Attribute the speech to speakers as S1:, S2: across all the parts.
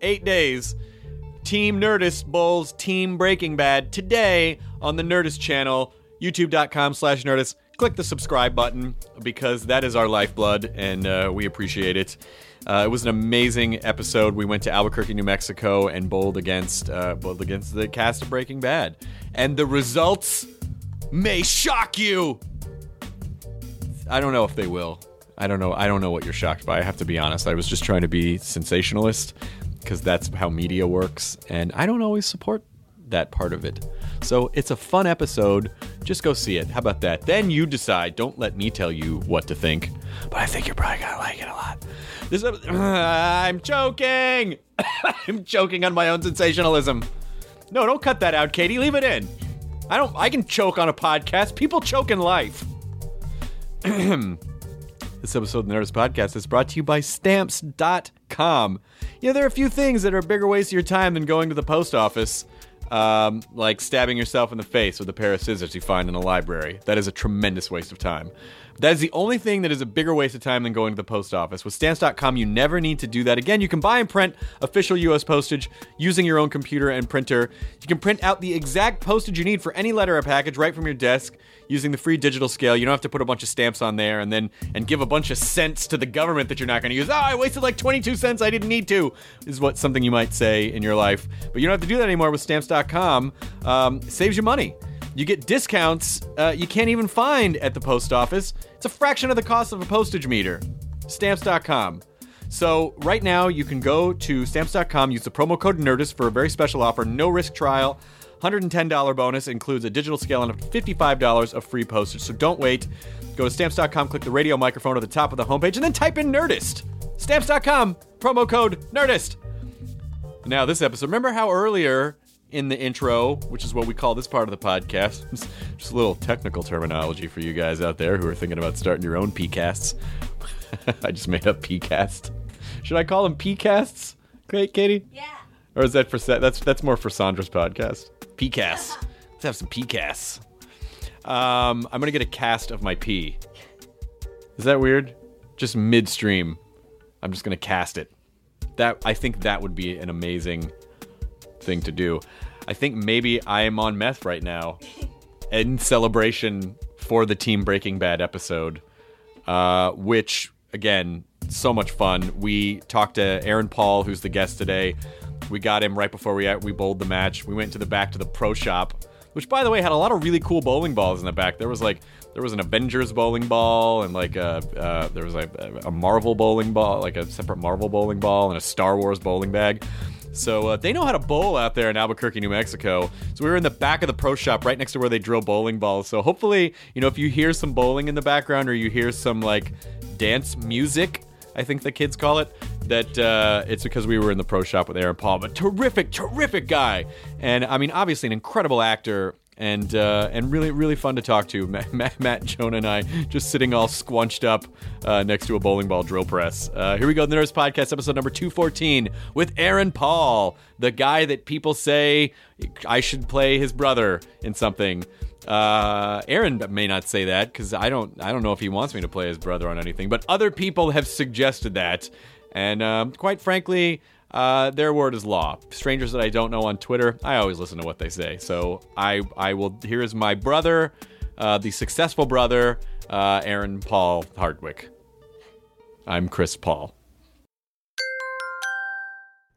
S1: eight days. Team Nerdist bowls Team Breaking Bad today on the Nerdist channel, youtube.com slash Nerdist. Click the subscribe button because that is our lifeblood and uh, we appreciate it. Uh, it was an amazing episode. We went to Albuquerque, New Mexico, and bowled against uh, bowled against the cast of Breaking Bad, and the results may shock you. I don't know if they will. I don't know. I don't know what you're shocked by. I have to be honest. I was just trying to be sensationalist because that's how media works, and I don't always support that part of it. So it's a fun episode. Just go see it. How about that? Then you decide. Don't let me tell you what to think. But I think you're probably gonna like it a lot. This ep- I'm joking. I'm joking on my own sensationalism. No, don't cut that out, Katie. Leave it in. I don't. I can choke on a podcast. People choke in life. This episode of the Nerdist Podcast is brought to you by Stamps.com. Yeah, there are a few things that are a bigger waste of your time than going to the post office, um, like stabbing yourself in the face with a pair of scissors you find in a library. That is a tremendous waste of time. That is the only thing that is a bigger waste of time than going to the post office. With Stamps.com, you never need to do that again. You can buy and print official U.S. postage using your own computer and printer. You can print out the exact postage you need for any letter or package right from your desk using the free digital scale. You don't have to put a bunch of stamps on there and then and give a bunch of cents to the government that you're not going to use. Oh, I wasted like 22 cents. I didn't need to. Is what something you might say in your life, but you don't have to do that anymore with Stamps.com. Um, saves you money. You get discounts uh, you can't even find at the post office. It's a fraction of the cost of a postage meter. Stamps.com. So right now you can go to stamps.com, use the promo code Nerdist for a very special offer, no risk trial. $110 bonus includes a digital scale and up to $55 of free postage. So don't wait. Go to stamps.com, click the radio microphone at the top of the homepage, and then type in Nerdist. Stamps.com, promo code Nerdist. Now, this episode, remember how earlier in the intro, which is what we call this part of the podcast, just a little technical terminology for you guys out there who are thinking about starting your own PCasts. I just made up PCast. Should I call them PCasts? Great, Katie? Yeah. Or is that for Sa- that's that's more for Sandra's podcast? PCasts. Let's have some PCasts. Um, I'm gonna get a cast of my pee. Is that weird? Just midstream, I'm just gonna cast it. That I think that would be an amazing thing to do. I think maybe I am on meth right now in celebration for the Team Breaking Bad episode, uh, which, again, so much fun. We talked to Aaron Paul, who's the guest today. We got him right before we we bowled the match. We went to the back to the pro shop, which, by the way, had a lot of really cool bowling balls in the back. There was like there was an Avengers bowling ball, and like a, uh, there was like a Marvel bowling ball, like a separate Marvel bowling ball, and a Star Wars bowling bag. So uh, they know how to bowl out there in Albuquerque, New Mexico. So we were in the back of the pro shop, right next to where they drill bowling balls. So hopefully, you know, if you hear some bowling in the background or you hear some like dance music, I think the kids call it, that uh, it's because we were in the pro shop with Aaron Paul. But terrific, terrific guy, and I mean, obviously an incredible actor. And, uh, and really really fun to talk to Matt, Matt, Matt Jonah and I just sitting all squunched up uh, next to a bowling ball drill press. Uh, here we go, the Nerds Podcast, episode number two fourteen with Aaron Paul, the guy that people say I should play his brother in something. Uh, Aaron may not say that because I don't. I don't know if he wants me to play his brother on anything. But other people have suggested that, and um, quite frankly, uh, their word is law. Strangers that I don't know on Twitter, I always listen to what they say. So I, I will. Here is my brother, uh, the successful brother, uh, Aaron Paul Hardwick. I'm Chris Paul.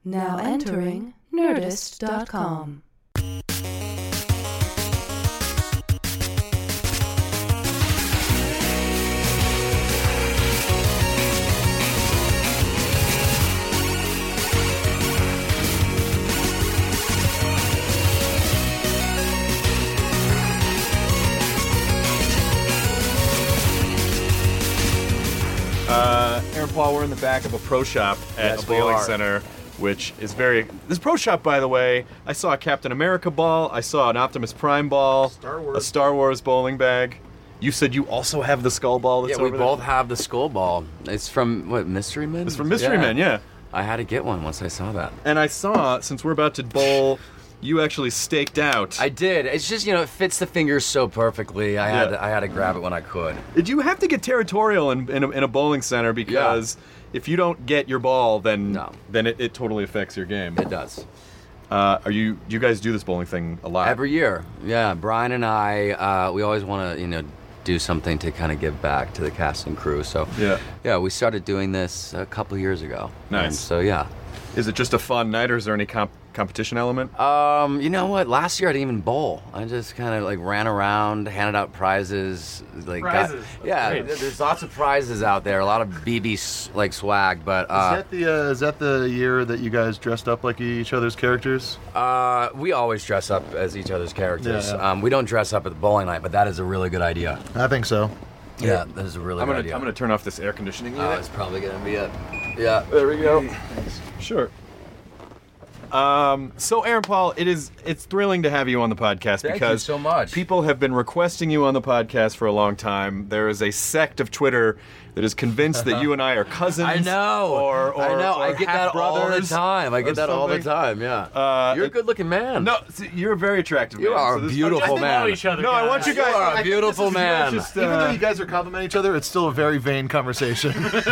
S2: Now entering Nerdist.com.
S1: Uh, Aaron Paul, we're in the back of a pro shop at
S3: Yes,
S1: a
S3: we
S1: bowling
S3: are.
S1: center, which is very. This pro shop, by the way, I saw a Captain America ball, I saw an Optimus Prime ball,
S3: Star Wars.
S1: a Star Wars bowling bag. You said you also have the skull ball that's
S3: Yeah, we
S1: over
S3: both
S1: there.
S3: have the skull ball. It's from what Mystery Men.
S1: It's from Mystery Men, yeah.
S3: I had to get one once I saw that.
S1: And I saw, since we're about to bowl, you actually staked out.
S3: I did. It's just you know it fits the fingers so perfectly. I had
S1: Yeah.
S3: to, I had to grab it when I could.
S1: Did you have to get territorial in, in, a, in a bowling center because if you don't get your ball, then
S3: No.
S1: then it, it totally affects your game.
S3: It does.
S1: Uh, are you you guys do this bowling thing a lot?
S3: Every year, yeah. Brian and I, uh, we always want to, you know, do something to kind of give back to the cast and crew. So
S1: Yeah.
S3: yeah, we started doing this a couple years ago.
S1: Nice.
S3: And so yeah,
S1: Is it just a fun night, or is there any comp- competition element?
S3: um, you know what? Last year I didn't even bowl. I just kind of like ran around, handed out prizes. Like got-
S4: Prizes? That's
S3: yeah,
S4: great.
S3: th- there's lots of prizes out there. A lot of BB s- like swag, but uh,
S4: Is that the uh, is that the year that you guys dressed up like each other's characters?
S3: Uh, we always dress up as each other's characters.
S4: Yeah, yeah.
S3: Um, we don't dress up at the bowling night, but that is a really good idea.
S4: I think so.
S3: Yeah, that is a really
S1: I'm
S3: good
S1: gonna
S3: idea.
S1: I'm gonna turn off this air conditioning
S3: Uh,
S1: unit.
S3: it's probably gonna be it. Yeah.
S1: there we go. Sure. Um, so Aaron Paul, it is it's thrilling to have you on the podcast
S3: Thank you
S1: because
S3: so much.
S1: people have been requesting you on the podcast for a long time. There is a sect of Twitter that is convinced that you and I are cousins.
S3: I know.
S1: Or, or
S3: I know. I
S1: or
S3: get that all the
S1: half-brothers
S3: time. I
S1: or
S3: get that all the
S1: something.
S3: time. Yeah.
S1: Uh,
S3: You're a
S1: it-
S3: good-looking man.
S1: No, see, you're a very attractive.
S3: You
S1: man,
S3: are a
S1: so this-
S3: beautiful
S1: I just-
S3: man.
S4: know
S3: each other,
S1: No, I want you
S3: You
S1: guys.
S3: are
S1: I
S3: a
S1: think
S3: beautiful
S1: this is
S3: man.
S1: Just,
S4: Even though
S1: uh,
S4: you guys are complimenting each other, it's still a very vain conversation.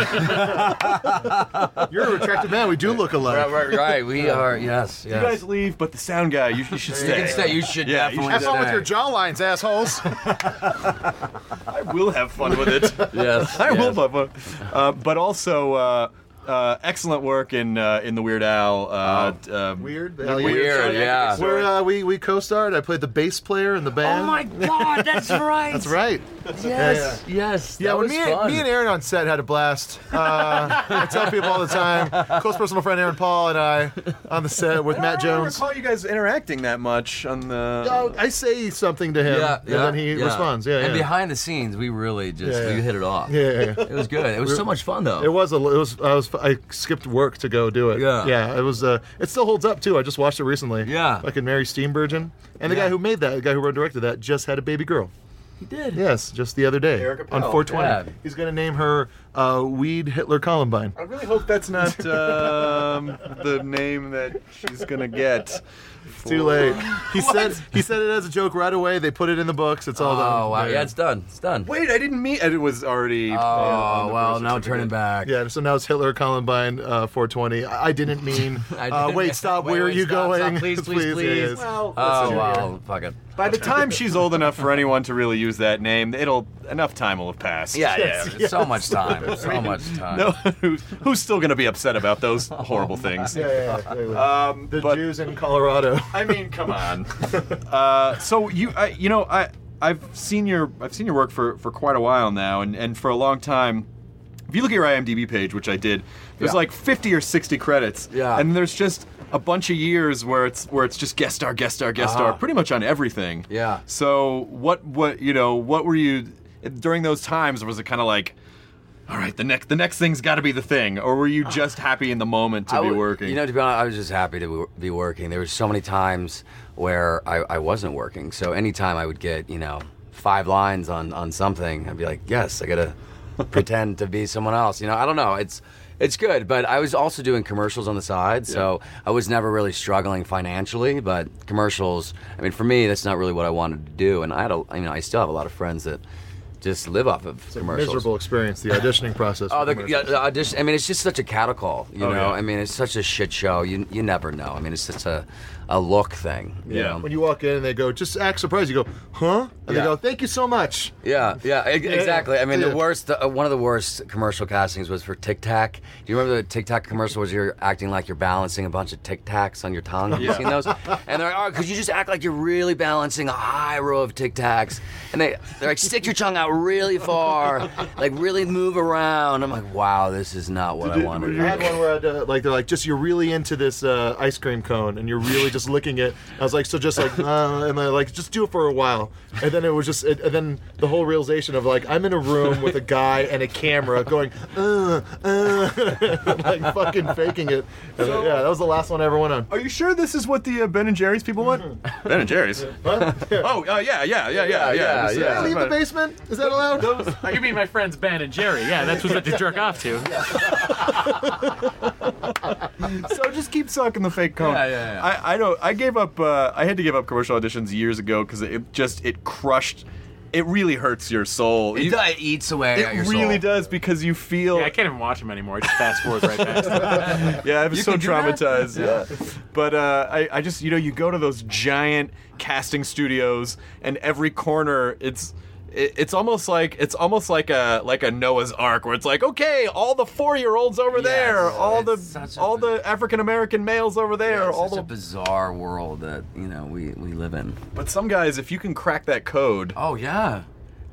S4: You're an attractive man. We do look alike.
S3: Right, right, right. We are. Yes. Yes.
S1: you guys leave, but the sound guy, you, you should
S3: You
S1: stay.
S3: can stay. You should
S1: Yeah, you
S3: definitely
S1: should
S4: Have fun with your
S3: stay.
S4: jawlines, assholes.
S1: I will have fun with it.
S3: Yes.
S1: I
S3: yes.
S1: will have fun. Uh, but also, uh, uh, excellent work in uh, in the Weird Al. Uh, t- um,
S4: Weird.
S3: Weird. Yeah.
S4: Where uh, we we co-starred. I played the bass player in the band.
S3: Oh my God. That's right.
S4: That's right.
S3: Yes. Yes.
S4: Yeah,
S3: that
S4: when
S3: was
S4: me,
S3: fun.
S4: and, me and Aaron on set had a blast. Uh, I tell people all the time. Close personal friend Aaron Paul and I on the set with Matt Jones.
S1: I don't recall you guys interacting that much on the.
S4: Oh, I say something to him,
S3: Yeah,
S4: and
S3: yeah,
S4: then he
S3: yeah.
S4: responds. Yeah,
S3: And
S4: yeah.
S3: behind the scenes, we really just
S4: Yeah, yeah.
S3: we hit it off.
S4: yeah, yeah, yeah.
S3: It was good. It was so much fun though.
S4: It was a. It was. I was. I skipped work to go do it.
S3: Yeah.
S4: Yeah. It was. Uh, it still holds up too. I just watched it recently.
S3: Yeah.
S4: Fucking Mary Steenburgen, and the
S3: Yeah.
S4: guy who made that, the guy who wrote and directed that, just had a baby girl.
S3: He did.
S4: Yes, just the other day
S1: Erica
S4: on
S1: Powell.
S4: 420.
S3: Yeah.
S4: He's gonna name her uh, Weed Hitler Columbine.
S1: I really hope that's not um, the name that she's gonna get.
S4: Too late. He said. He said it as a joke right away. They put it in the books. It's all done.
S3: Oh wow. Yeah, it's done. It's done.
S1: Wait, I didn't mean. It was already.
S3: Oh well, now turn it back.
S4: Yeah, so now it's Hitler Columbine uh, 420. I I didn't mean.
S3: I
S4: uh,
S3: didn't-
S4: wait, stop.
S3: Wait,
S4: where
S3: wait,
S4: are you
S3: stop, stop.
S4: going?
S3: Please, please,
S4: yeah,
S3: please.
S4: yes.
S1: Well,
S3: Oh wow. Fuck it.
S1: By the time she's old enough for anyone to really use that name, it'll enough time will have passed.
S3: Yeah. Yeah. So much time. So much time.
S1: No, who's, who's still gonna be upset about those horrible things?
S4: Yeah, yeah, yeah, yeah.
S1: Um,
S4: the
S1: but-
S4: Jews in Colorado.
S1: I mean, come on. uh, so you, I, you know, I, I've seen your, I've seen your work for, for quite a while now, and, and for a long time. If you look at your IMDb page, which I did, there's
S3: Yeah.
S1: like 50 or 60 credits,
S3: Yeah.
S1: and there's just a bunch of years where it's where it's just guest star, guest star, guest star,
S3: Uh-huh.
S1: pretty much on everything.
S3: Yeah.
S1: So what, what, you know, what were you during those times? Was it kind of like? All right, the next the next thing's got to be the thing, or were you just happy in the moment to
S3: I
S1: be
S3: w-
S1: working?
S3: You know, to be honest, I was just happy to w- be working. There were so many times where I, I wasn't working. So anytime I would get, you know, five lines on, on something, I'd be like, yes, I gotta pretend to be someone else. You know, I don't know. It's it's good, but I was also doing commercials on the side, so I was never really struggling financially. But commercials, I mean, for me, that's not really what I wanted to do. And I had, a, you know, I still have a lot of friends that just live off of commercials.
S4: Miserable experience. The auditioning process.
S3: Oh,
S4: for
S3: the, yeah,
S4: commercials.
S3: the audition. I mean, it's just such a cattle call, you
S1: Oh,
S3: know.
S1: yeah.
S3: I mean, it's such a shit show. You you never know. I mean, it's just a, a look thing. you
S1: Yeah.
S3: know?
S4: When you walk in and they go, just act surprised. You go, huh? And
S3: Yeah.
S4: they go, thank you so much.
S3: Yeah, yeah, e- exactly. I mean,
S4: Yeah.
S3: the worst, the, uh, one of the worst commercial castings was for Tic Tac. Do you remember the Tic Tac commercial? Was you're acting like you're balancing a bunch of Tic Tacs on your tongue? Have you seen those? And they're like, "Oh, could you just act like you're really balancing a high row of Tic Tacs?" And they they're like, "Stick your tongue out really far, like really move around." I'm like, "Wow, this is not what I wanted."
S4: I
S3: to
S4: had
S3: do."
S4: one where I'd, uh, like they're like, just you're really into this uh, ice cream cone, and you're really just licking it. I was like, so just like, uh, and I like just do it for a while, and then it was just, it, and then the whole realization of like, I'm in a room with a guy and a camera going, uh, uh, like fucking faking it. And, uh, yeah, that was the last one I ever went on.
S1: Are you sure this is what the uh, Ben and Jerry's people want? ben and Jerry's. Oh, uh, yeah, yeah, yeah, yeah, yeah,
S3: yeah,
S1: This is-
S3: yeah.
S4: Can I leave the basement? Is that allowed?
S2: You mean my friends Ben and Jerry? Yeah, that's what they jerk off to.
S1: So just keep sucking the fake cone.
S3: Yeah, yeah, yeah.
S1: I, I don't. I gave up. Uh, I had to give up commercial auditions years ago because it just it crushed. It really hurts your soul.
S3: It,
S1: You-
S3: does- it eats away at
S1: it
S3: your
S1: really
S3: soul.
S1: does because you feel.
S2: Yeah, I can't even watch them anymore. I just fast forward right past them.
S1: Yeah, I was
S3: You
S1: so
S3: can do that?
S1: traumatized. Yeah. But uh, I, I just, you know, you go to those giant casting studios, and every corner, it's. it- It's almost like it's almost like a like a Noah's Ark where it's like okay all the four year olds over
S3: Yes,
S1: there all the
S3: it's such a
S1: all
S3: biz-
S1: the African American males over there
S3: It's
S1: all
S3: such
S1: the
S3: a bizarre world that you know we, we live in.
S1: but some guys if you can crack that code
S3: Oh yeah.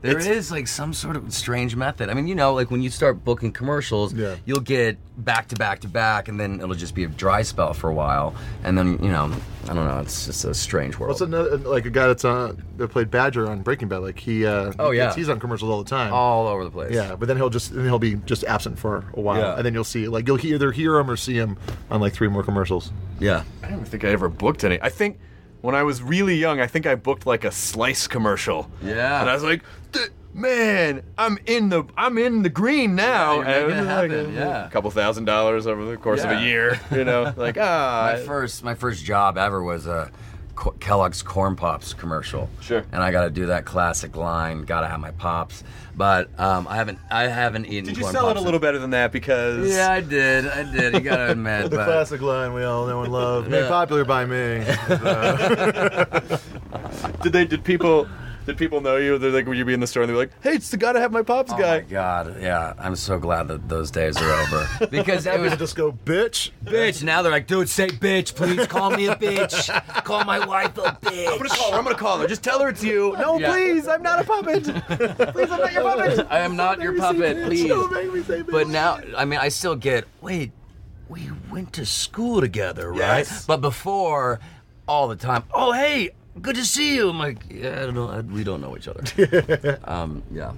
S3: there is
S1: It's-
S3: like some sort of strange method. I mean, you know, like when you start booking commercials,
S4: Yeah.
S3: you'll get back to back to back, and then it'll just be a dry spell for a while, and then you know, I don't know. It's just a strange world.
S4: What's another like a guy that's on that played Badger on Breaking Bad? Like he, uh,
S3: Oh, yeah.
S4: he's on commercials all the time.
S3: All over the place.
S4: Yeah, but then he'll just then he'll be just absent for a while,
S3: Yeah.
S4: and then you'll see like you'll he- either hear him or see him on like three more commercials.
S3: yeah.
S1: I don't think I ever booked any. I think when I was really young, I think I booked like a slice commercial.
S3: Yeah.
S1: And I was like, "Th- man, I'm in the I'm in the green now.
S3: you're
S1: and it
S3: making
S1: was
S3: it
S1: like
S3: happen, yeah.
S1: a couple thousand dollars over the course of
S3: Yeah.
S1: a year. You know, like
S3: My
S1: ah.
S3: first, my first job ever was a Co- Kellogg's Corn Pops commercial.
S1: Sure.
S3: And I got to do that classic line, "Gotta have my pops," but um, I haven't, I haven't eaten.
S1: Did you
S3: corn
S1: sell it
S3: pops
S1: a
S3: in-
S1: little better than that? Because
S3: Yeah, I did. I did. You gotta admit,
S4: The
S3: but
S4: classic line we all know and love, made popular by me.
S1: did they did people did people know you? They're like, would you be in the store and they're like, hey, it's the gotta have my pops
S3: Oh
S1: guy.
S3: my god, yeah. I'm so glad that those days are over. Because it was
S4: just go, bitch.
S3: bitch. Now they're like, dude, say bitch, please call me a bitch. Call my wife a
S1: I'm
S3: bitch.
S1: gonna call her. I'm gonna call her. Just tell her it's you. No,
S3: Yeah.
S1: please. I'm not a puppet. please, I'm not your puppet.
S3: I am not your puppet, please. But now, I mean, I still get, wait, we went to school together, right?
S1: Yes.
S3: But before, all the time, oh, hey, good to see you. I'm like, yeah, I don't know, I, we don't know each other. um, yeah.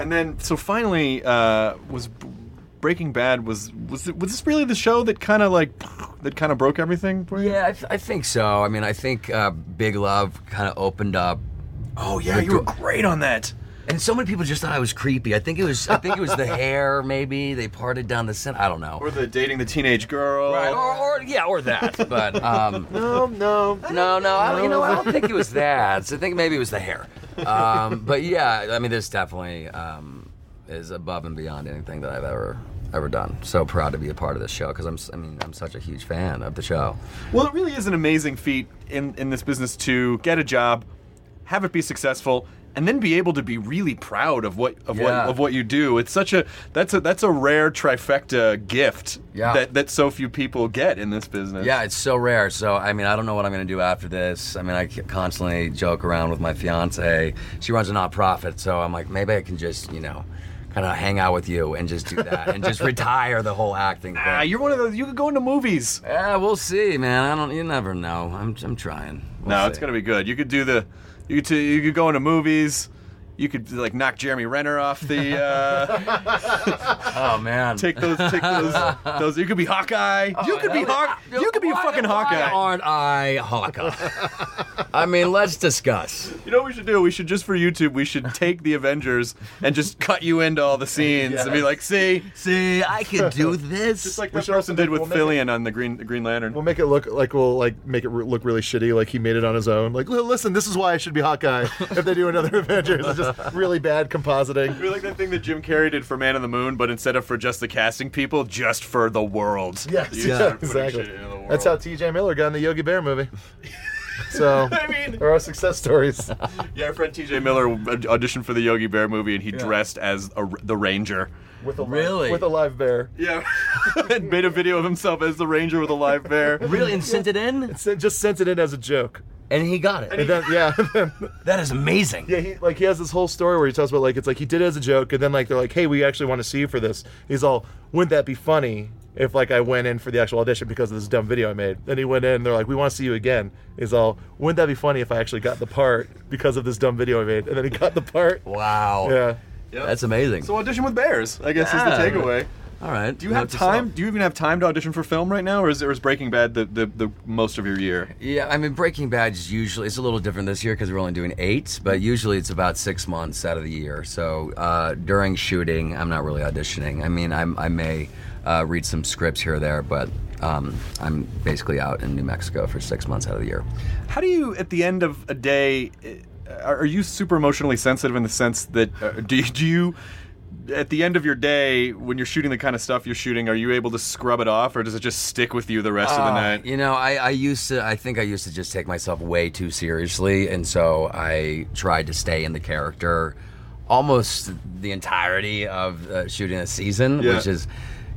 S1: And then, so finally, uh, was B- Breaking Bad was was it, was this really the show that kind of like that kind of broke everything for you?
S3: Yeah, I, th- I think so. I mean, I think uh, Big Love kind of opened up.
S1: Oh yeah, you were great on that.
S3: And so many people just thought I was creepy. I think it was I think it was the hair maybe they parted down the center. I don't know.
S1: Or the dating the teenage girl.
S3: Right, or, or yeah, or that. But um,
S4: No, no.
S3: no, no, I, don't- you know, I don't think it was that. So I think maybe it was the hair. Um, but yeah, I mean, this definitely um, is above and beyond anything that I've ever ever done. So proud to be a part of this show because I'm, s- I mean, I'm such a huge fan of the show.
S1: Well, it really is an amazing feat in in this business to get a job, have it be successful, and then be able to be really proud of what of what
S3: Yeah.
S1: of what you do. It's such a that's a that's a rare trifecta gift
S3: Yeah.
S1: that that so few people get in this business.
S3: Yeah, it's so rare. So I mean, I don't know what I'm going to do after this. I mean, I c- constantly joke around with my fiance. She runs a nonprofit, so I'm like, maybe I can just, you know, kind of hang out with you and just do that and just retire the whole acting thing.
S1: Ah, you're one of those. You could go into movies.
S3: yeah, we'll see, man. I don't. You never know. I'm. I'm trying. We'll
S1: No,
S3: see.
S1: it's gonna be good. You could do the, you could, you could go into movies. You could like knock Jeremy Renner off the. Uh,
S3: Oh man.
S1: take those, take those, those. You could be Hawkeye.
S4: Oh,
S1: you could be Hawk. You could be a
S3: Why-
S1: fucking
S3: Why
S1: Hawkeye.
S3: aren't I Hawkeye? I mean, let's discuss.
S1: You know what we should do? We should just for YouTube. We should take the Avengers and just cut you into all the scenes and be like, see,
S3: See, I could do this.
S1: just like that person did with
S4: we'll make it-
S1: Fillion on the Green the Green Lantern.
S4: We'll make it look like we'll like make it re- look really shitty, like he made it on his own. Like, "Li- listen, this is why I should be Hawkeye. If they do another Avengers, it's just really bad compositing.
S1: We like that thing that Jim Carrey did for Man on the Moon, but instead of for just the casting people, just for the world.
S4: Yes,
S1: You
S4: yeah,
S1: start putting
S4: exactly.
S1: shit into the
S4: That's how
S1: world.
S4: T.J. Miller got in the Yogi Bear movie. So,
S1: I mean,
S4: there are success stories.
S1: yeah, our friend T.J. Miller aud- auditioned for the Yogi Bear movie, and he dressed as a, the Ranger.
S4: With a live,
S5: Really?
S4: With a live bear.
S1: Yeah, and made a video of himself as the Ranger with a live bear.
S5: Really, and sent it in,
S4: Sen- Just sent it in as a joke.
S5: and he got it.
S4: And then, yeah, and then,
S5: That is amazing.
S4: yeah, he like he has this whole story where he talks about like it's like he did it as a joke, and then like they're like, hey, we actually want to see you for this. He's all, wouldn't that be funny if like I went in for the actual audition because of this dumb video I made? Then he went in, and they're like, we want to see you again. He's all, wouldn't that be funny if I actually got the part because of this dumb video I made? And then he got the part.
S5: Wow.
S4: Yeah.
S5: That's amazing.
S1: So audition with bears, I guess,
S5: Yeah.
S1: is the takeaway.
S5: All right.
S1: Do you have time? Do you even have time to audition for film right now, or is, or is Breaking Bad the, the, the most of your year?
S3: Yeah, I mean, Breaking Bad's usually it's a little different this year because we're only doing eight, but usually it's about six months out of the year. So uh, during shooting, I'm not really auditioning. I mean, I'm, I may uh, read some scripts here or there, but um, I'm basically out in New Mexico for six months out of the year.
S1: How do you, at the end of a day, uh, are are you super emotionally sensitive in the sense that uh, do you, do you, at the end of your day when you're shooting the kind of stuff you're shooting, are you able to scrub it off, or does it just stick with you the rest of the night?
S3: You know, I, I used to, I think I used to just take myself way too seriously. And so I tried to stay in the character almost the entirety of uh, shooting a season,
S1: Yeah.
S3: which is.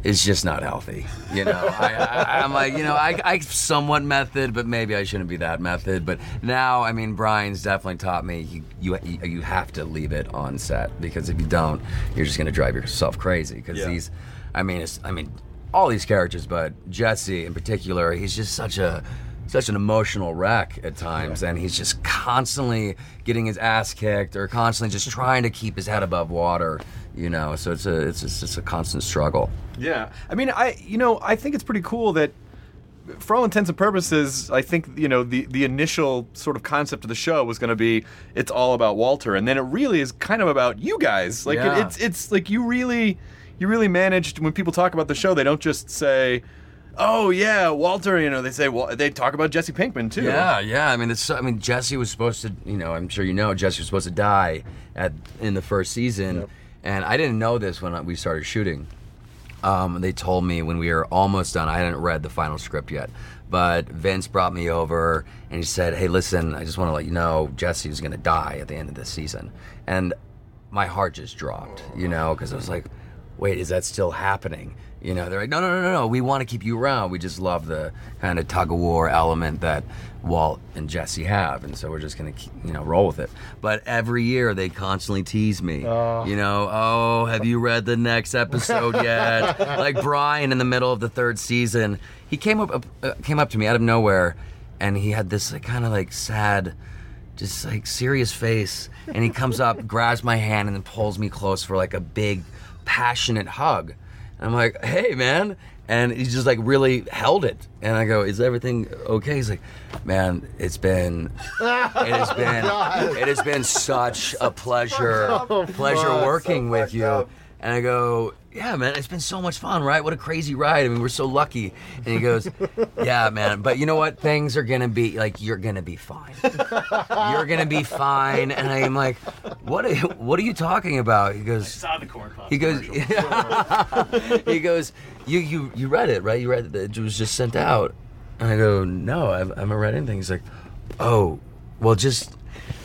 S3: is just not healthy, you know. I, I, I'm like, you know, I, I somewhat method, but maybe I shouldn't be that method. But now, I mean, Brian's definitely taught me you you you have to leave it on set because if you don't, you're just gonna drive yourself crazy. Because
S1: Yeah.
S3: these, I mean, it's, I mean, all these characters, but Jesse in particular, he's just such a such an emotional wreck at times, and he's just constantly getting his ass kicked or constantly just trying to keep his head above water. You know, so it's a it's just, it's a constant struggle.
S1: Yeah, I mean, I you know, I think it's pretty cool that, for all intents and purposes, I think you know the the initial sort of concept of the show was going to be it's all about Walter, and then it really is kind of about you guys. Like
S3: Yeah.
S1: it, it's it's like you really you really managed when people talk about the show, they don't just say. Oh yeah, Walter. You know they say well, they talk about Jesse Pinkman too.
S3: Yeah, yeah. I mean, it's. I mean, Jesse was supposed to. You know, I'm sure you know. Jesse was supposed to die at in the first season, and I didn't know this when we started shooting. Um, they told me when we were almost done. I hadn't read the final script yet, but Vince brought me over and he said, "Hey, listen, I just want to let you know Jesse is going to die at the end of this season," and my heart just dropped. You know, because I was like, "Wait, is that still happening?" You know, they're like, "No, no, no, no, no. We want to keep you around. We just love the kind of tug of war element that Walt and Jesse have, and so we're just going to, you know, roll with it." But every year they constantly tease me. You know, oh, have you read the next episode yet? like Brian in the middle of the third season, he came up uh, came up to me out of nowhere, and he had this like, kind of like sad just like serious face and he comes up grabs my hand and then pulls me close for like a big passionate hug and i'm like hey man and he just like really held it and i go is everything okay he's like man it's been it has been it has been Oh, such a pleasure pleasure working with you and i go yeah man it's been so much fun right what a crazy ride i mean we're so lucky and he goes yeah man but you know what things are gonna be like you're gonna be fine you're gonna be fine. And I'm like, what? Are, what are you talking about? He goes.
S2: Saw the corn pops.
S3: He goes. he goes. You you you read it right? You read it. It was just sent out. And I go, no, I haven't I haven't read anything. He's like, oh, well, just.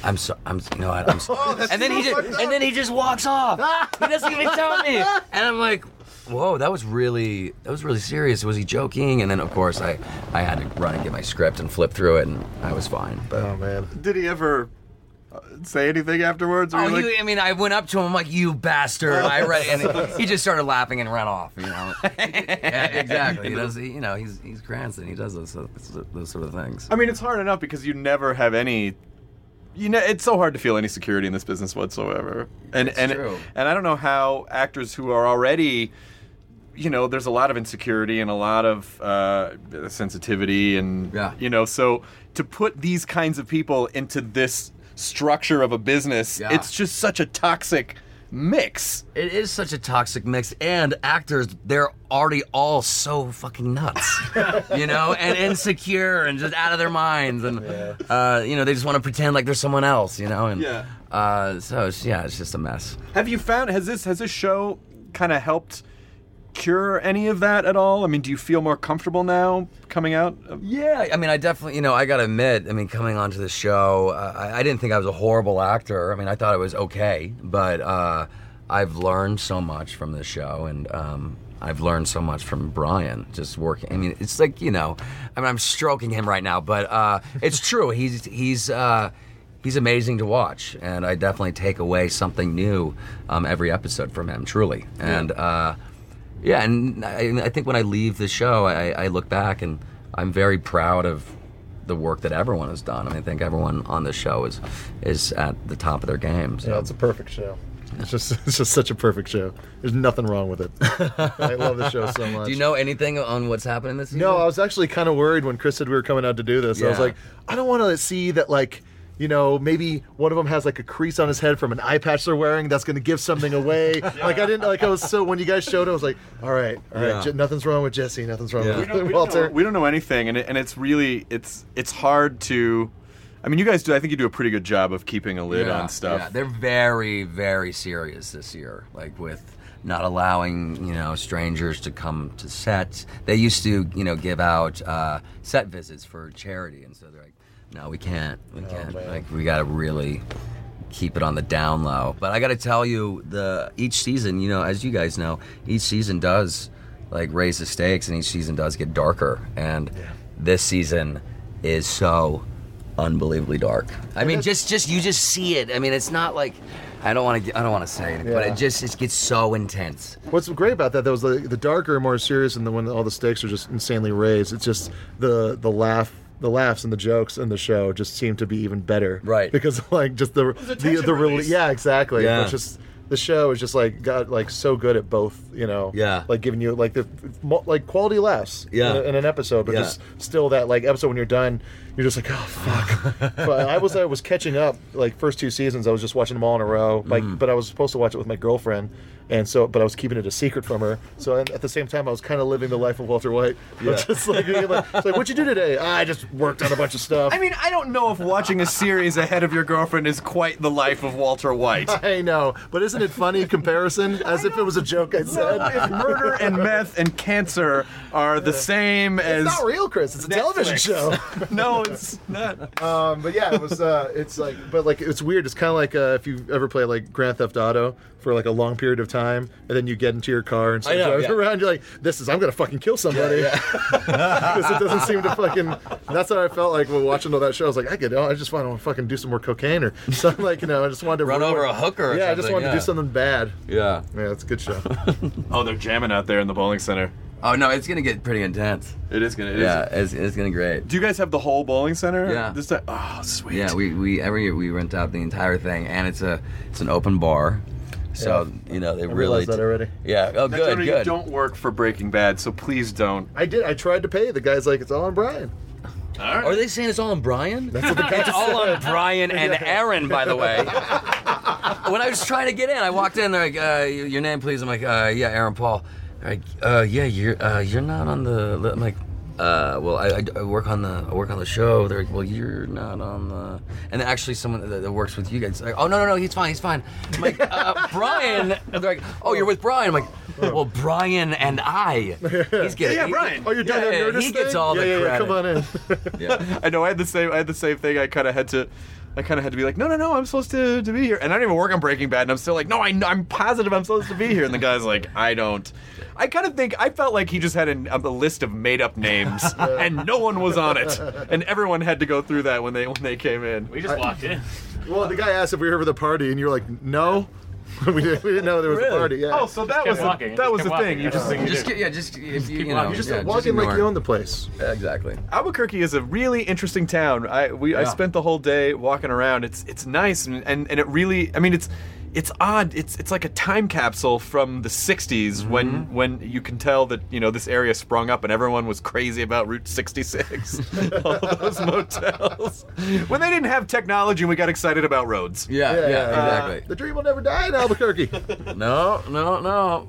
S3: I'm so I'm no I, I'm so. and then he just and then he just walks off. he doesn't even tell me. And I'm like, whoa, that was really that was really serious. Was he joking? And then of course I I had to run and get my script and flip through it, and I was fine. But
S4: Oh man.
S1: Did he ever uh, say anything afterwards? Or
S3: Oh,
S1: you like,
S3: you, I mean, I went up to him I'm like, "You bastard!" I read, and he just started laughing and ran off. You know, yeah, exactly. He does, you know, he's he's Cranston. He does those those sort of things.
S1: I mean, it's hard enough because you never have any. You know, it's so hard to feel any security in this business whatsoever. And
S3: It's
S1: and
S3: true.
S1: and I don't know how actors who are already, you know, there's a lot of insecurity and a lot of uh, sensitivity and
S3: Yeah.
S1: you know, so to put these kinds of people into this structure of a business,
S3: Yeah.
S1: it's just such a toxic mix.
S3: It is such a toxic mix, and actors, they're already all so fucking nuts, you know, and insecure and just out of their minds. And, uh, you know, they just want to pretend like they're someone else, you know? And,
S1: Yeah.
S3: Uh, so, it's, yeah, it's just a mess.
S1: Have you found has this has this show kind of helped cure any of that at all? I mean, do you feel more comfortable now coming out? of-
S3: Yeah, I mean, I definitely, you know, I gotta admit, I mean, coming onto the show, uh, I, I didn't think I was a horrible actor. I mean, I thought I was okay, but uh, I've learned so much from this show, and um, I've learned so much from Brian just working. I mean, it's like you know, I mean, I'm stroking him right now, but uh, it's true. He's he's. Uh, He's amazing to watch, and I definitely take away something new um, every episode from him, truly. And uh, yeah, and I, and I think when I leave the show, I, I look back and I'm very proud of the work that everyone has done. I mean, I think everyone on the show is is at the top of their game. So.
S4: Yeah, it's a perfect show. It's just it's just such a perfect show. There's nothing wrong with it. I love the show so much.
S3: Do you know anything on what's happening this season?
S4: No, I was actually kind of worried when Chris said we were coming out to do this. I was
S3: Yeah.
S4: like, I don't want to see that, like, you know, maybe one of them has like a crease on his head from an eye patch they're wearing that's going to give something away. Like, I didn't, like, I was so, when you guys showed, I was like, all right, all right,
S3: Yeah.
S4: Je- nothing's wrong with Jesse, nothing's wrong
S3: Yeah.
S4: with
S3: We
S4: Walter.
S1: we don't know anything, and it, and it's really it's it's hard to. I mean, you guys do. I think you do a pretty good job of keeping a lid on stuff.
S3: Yeah, they're very, very serious this year. Like with not allowing you know strangers to come to set. They used to you know give out uh, set visits for charity, and so they're like, no, we can't, we can't. Like we got to really keep it on the down low. But I got to tell you, the each season, you know, as you guys know, each season does like raise the stakes, and each season does get darker. And this season is so unbelievably dark. I mean, just just you just see it. I mean, it's not like I don't want to I don't want to say it, but
S4: Yeah.
S3: it just it gets so intense.
S4: What's great about that though is the, the darker and more serious and the when all the stakes are just insanely raised. It's just the the laugh the laughs and the jokes in the show just seem to be even better.
S3: Right.
S4: Because like just the the the, the rele- yeah, exactly.
S3: Yeah.
S4: It's just the show is just like got like so good at both, you know.
S3: Yeah.
S4: Like giving you like the mo- like quality laughs
S3: Yeah.
S4: in, a- in an episode but
S3: Yeah.
S4: just still that like episode when you're done, you're just like, "Oh fuck." but I was I was catching up like first two seasons I was just watching them all in a row. Like but I was supposed to watch it with my girlfriend and so but I was keeping it a secret from her. So and at the same time, I was kind of living the life of Walter White. Yeah. Just like, being like, it's like, what'd you do today? "Ah, I just worked on a bunch of stuff.
S1: I mean, I don't know if watching a series ahead of your girlfriend is quite the life of Walter White.
S4: I know, but isn't it funny in comparison? As if it was a joke I said.
S1: if murder and meth and cancer are the same as
S4: It's not real, Chris. It's a television show.
S1: no, it's not.
S4: Um, but yeah, it was. Uh, it's like, but like, it's weird. It's kind of like uh, if you ever play like Grand Theft Auto for like a long period of time, and then you get into your car and start
S3: know,
S4: driving
S3: yeah.
S4: around. You're like, this is. I'm gonna fucking kill somebody. Because it doesn't seem to fucking. That's how I felt like when watching all that show. I was like, I could. Oh, I just want to fucking do some more cocaine or something. Like, you know, I just wanted to
S3: Run
S4: ruin-
S3: over a hooker or
S4: Yeah, I just
S3: something,
S4: wanted to do
S3: yeah.
S4: something bad.
S3: Yeah.
S4: Yeah, it's a good show.
S1: Oh, they're jamming out there in the bowling center.
S3: Oh no, it's gonna get pretty intense.
S1: It is gonna. it is-
S3: yeah, it's, it's gonna great.
S1: Do you guys have the whole bowling center?
S3: Yeah.
S1: This time. Oh, sweet.
S3: Yeah, we, we every year we rent out the entire thing, and it's a it's an open bar, so you know they really
S4: realized that already.
S3: Yeah. Oh,
S1: That
S3: good,
S1: genre, You
S3: good.
S1: don't work for Breaking Bad, so please don't.
S4: I did. I tried to pay. The guy's like, it's all on Brian.
S3: Are they saying it's all on Brian?
S4: That's what the guy
S3: It's all on Brian and Aaron, by the way. when I was trying to get in, I walked in. They're like, uh, y- "Your name, please." I'm like, uh, "Yeah, Aaron Paul." They're like, uh, "Yeah, you're uh, you're not on the." Li-. I'm like, uh, "Well, I, I d- I work on the I work on the show." They're like, "Well, you're not on the." And actually, someone that, that works with you guys, like, "Oh no, no, no, he's fine, he's fine." I'm like, uh, "Brian," and they're like, "Oh, you're with Brian." I'm like, "Well, Brian and I." He's getting
S1: Yeah,
S3: he-
S1: Brian.
S4: Oh, you're done.
S3: Yeah,
S4: on
S3: yeah,
S4: Nerdist
S3: he gets
S4: thing?
S3: all
S4: yeah,
S3: the
S4: yeah, yeah,
S3: credit.
S4: Come on in.
S1: I know. I had the same. I had the same thing. I kind of had to. I kind of had to be like, no, no, no, I'm supposed to, to be here, and I don't even work on Breaking Bad, and I'm still like, no, I, kn- I'm positive I'm supposed to be here, and the guy's like, I don't. I kind of think I felt like he just had an, a list of made up names, and no one was on it, and everyone had to go through that when they when they came in.
S2: We just walked in.
S4: Well, the guy asked if we were here for the party, and you're like, no. we, didn't, we didn't know there was a party. Yeah.
S1: Oh, so that
S2: kept
S1: was the,
S2: walking.
S1: that
S2: Just
S1: was
S2: kept
S1: the
S2: walking.
S1: thing. You
S2: That's
S1: just
S2: the thing.
S3: Just get, yeah, just if you, you know,
S2: walking. You're
S4: just
S3: yeah,
S4: walking like
S3: ignore
S4: you
S3: him.
S4: own the place.
S3: Yeah, exactly.
S1: Albuquerque is a really interesting town. I we I
S3: Yeah.
S1: spent the whole day walking around. It's it's nice and, and and it really I mean it's it's odd. It's it's like a time capsule from the '60s
S3: Mm-hmm.
S1: when when you can tell that you know this area sprung up and everyone was crazy about Route 66, all those motels when they didn't have technology and we got excited about roads.
S3: Yeah, yeah,
S4: Uh,
S3: exactly.
S4: the dream will never die in Albuquerque.
S3: No, no, no.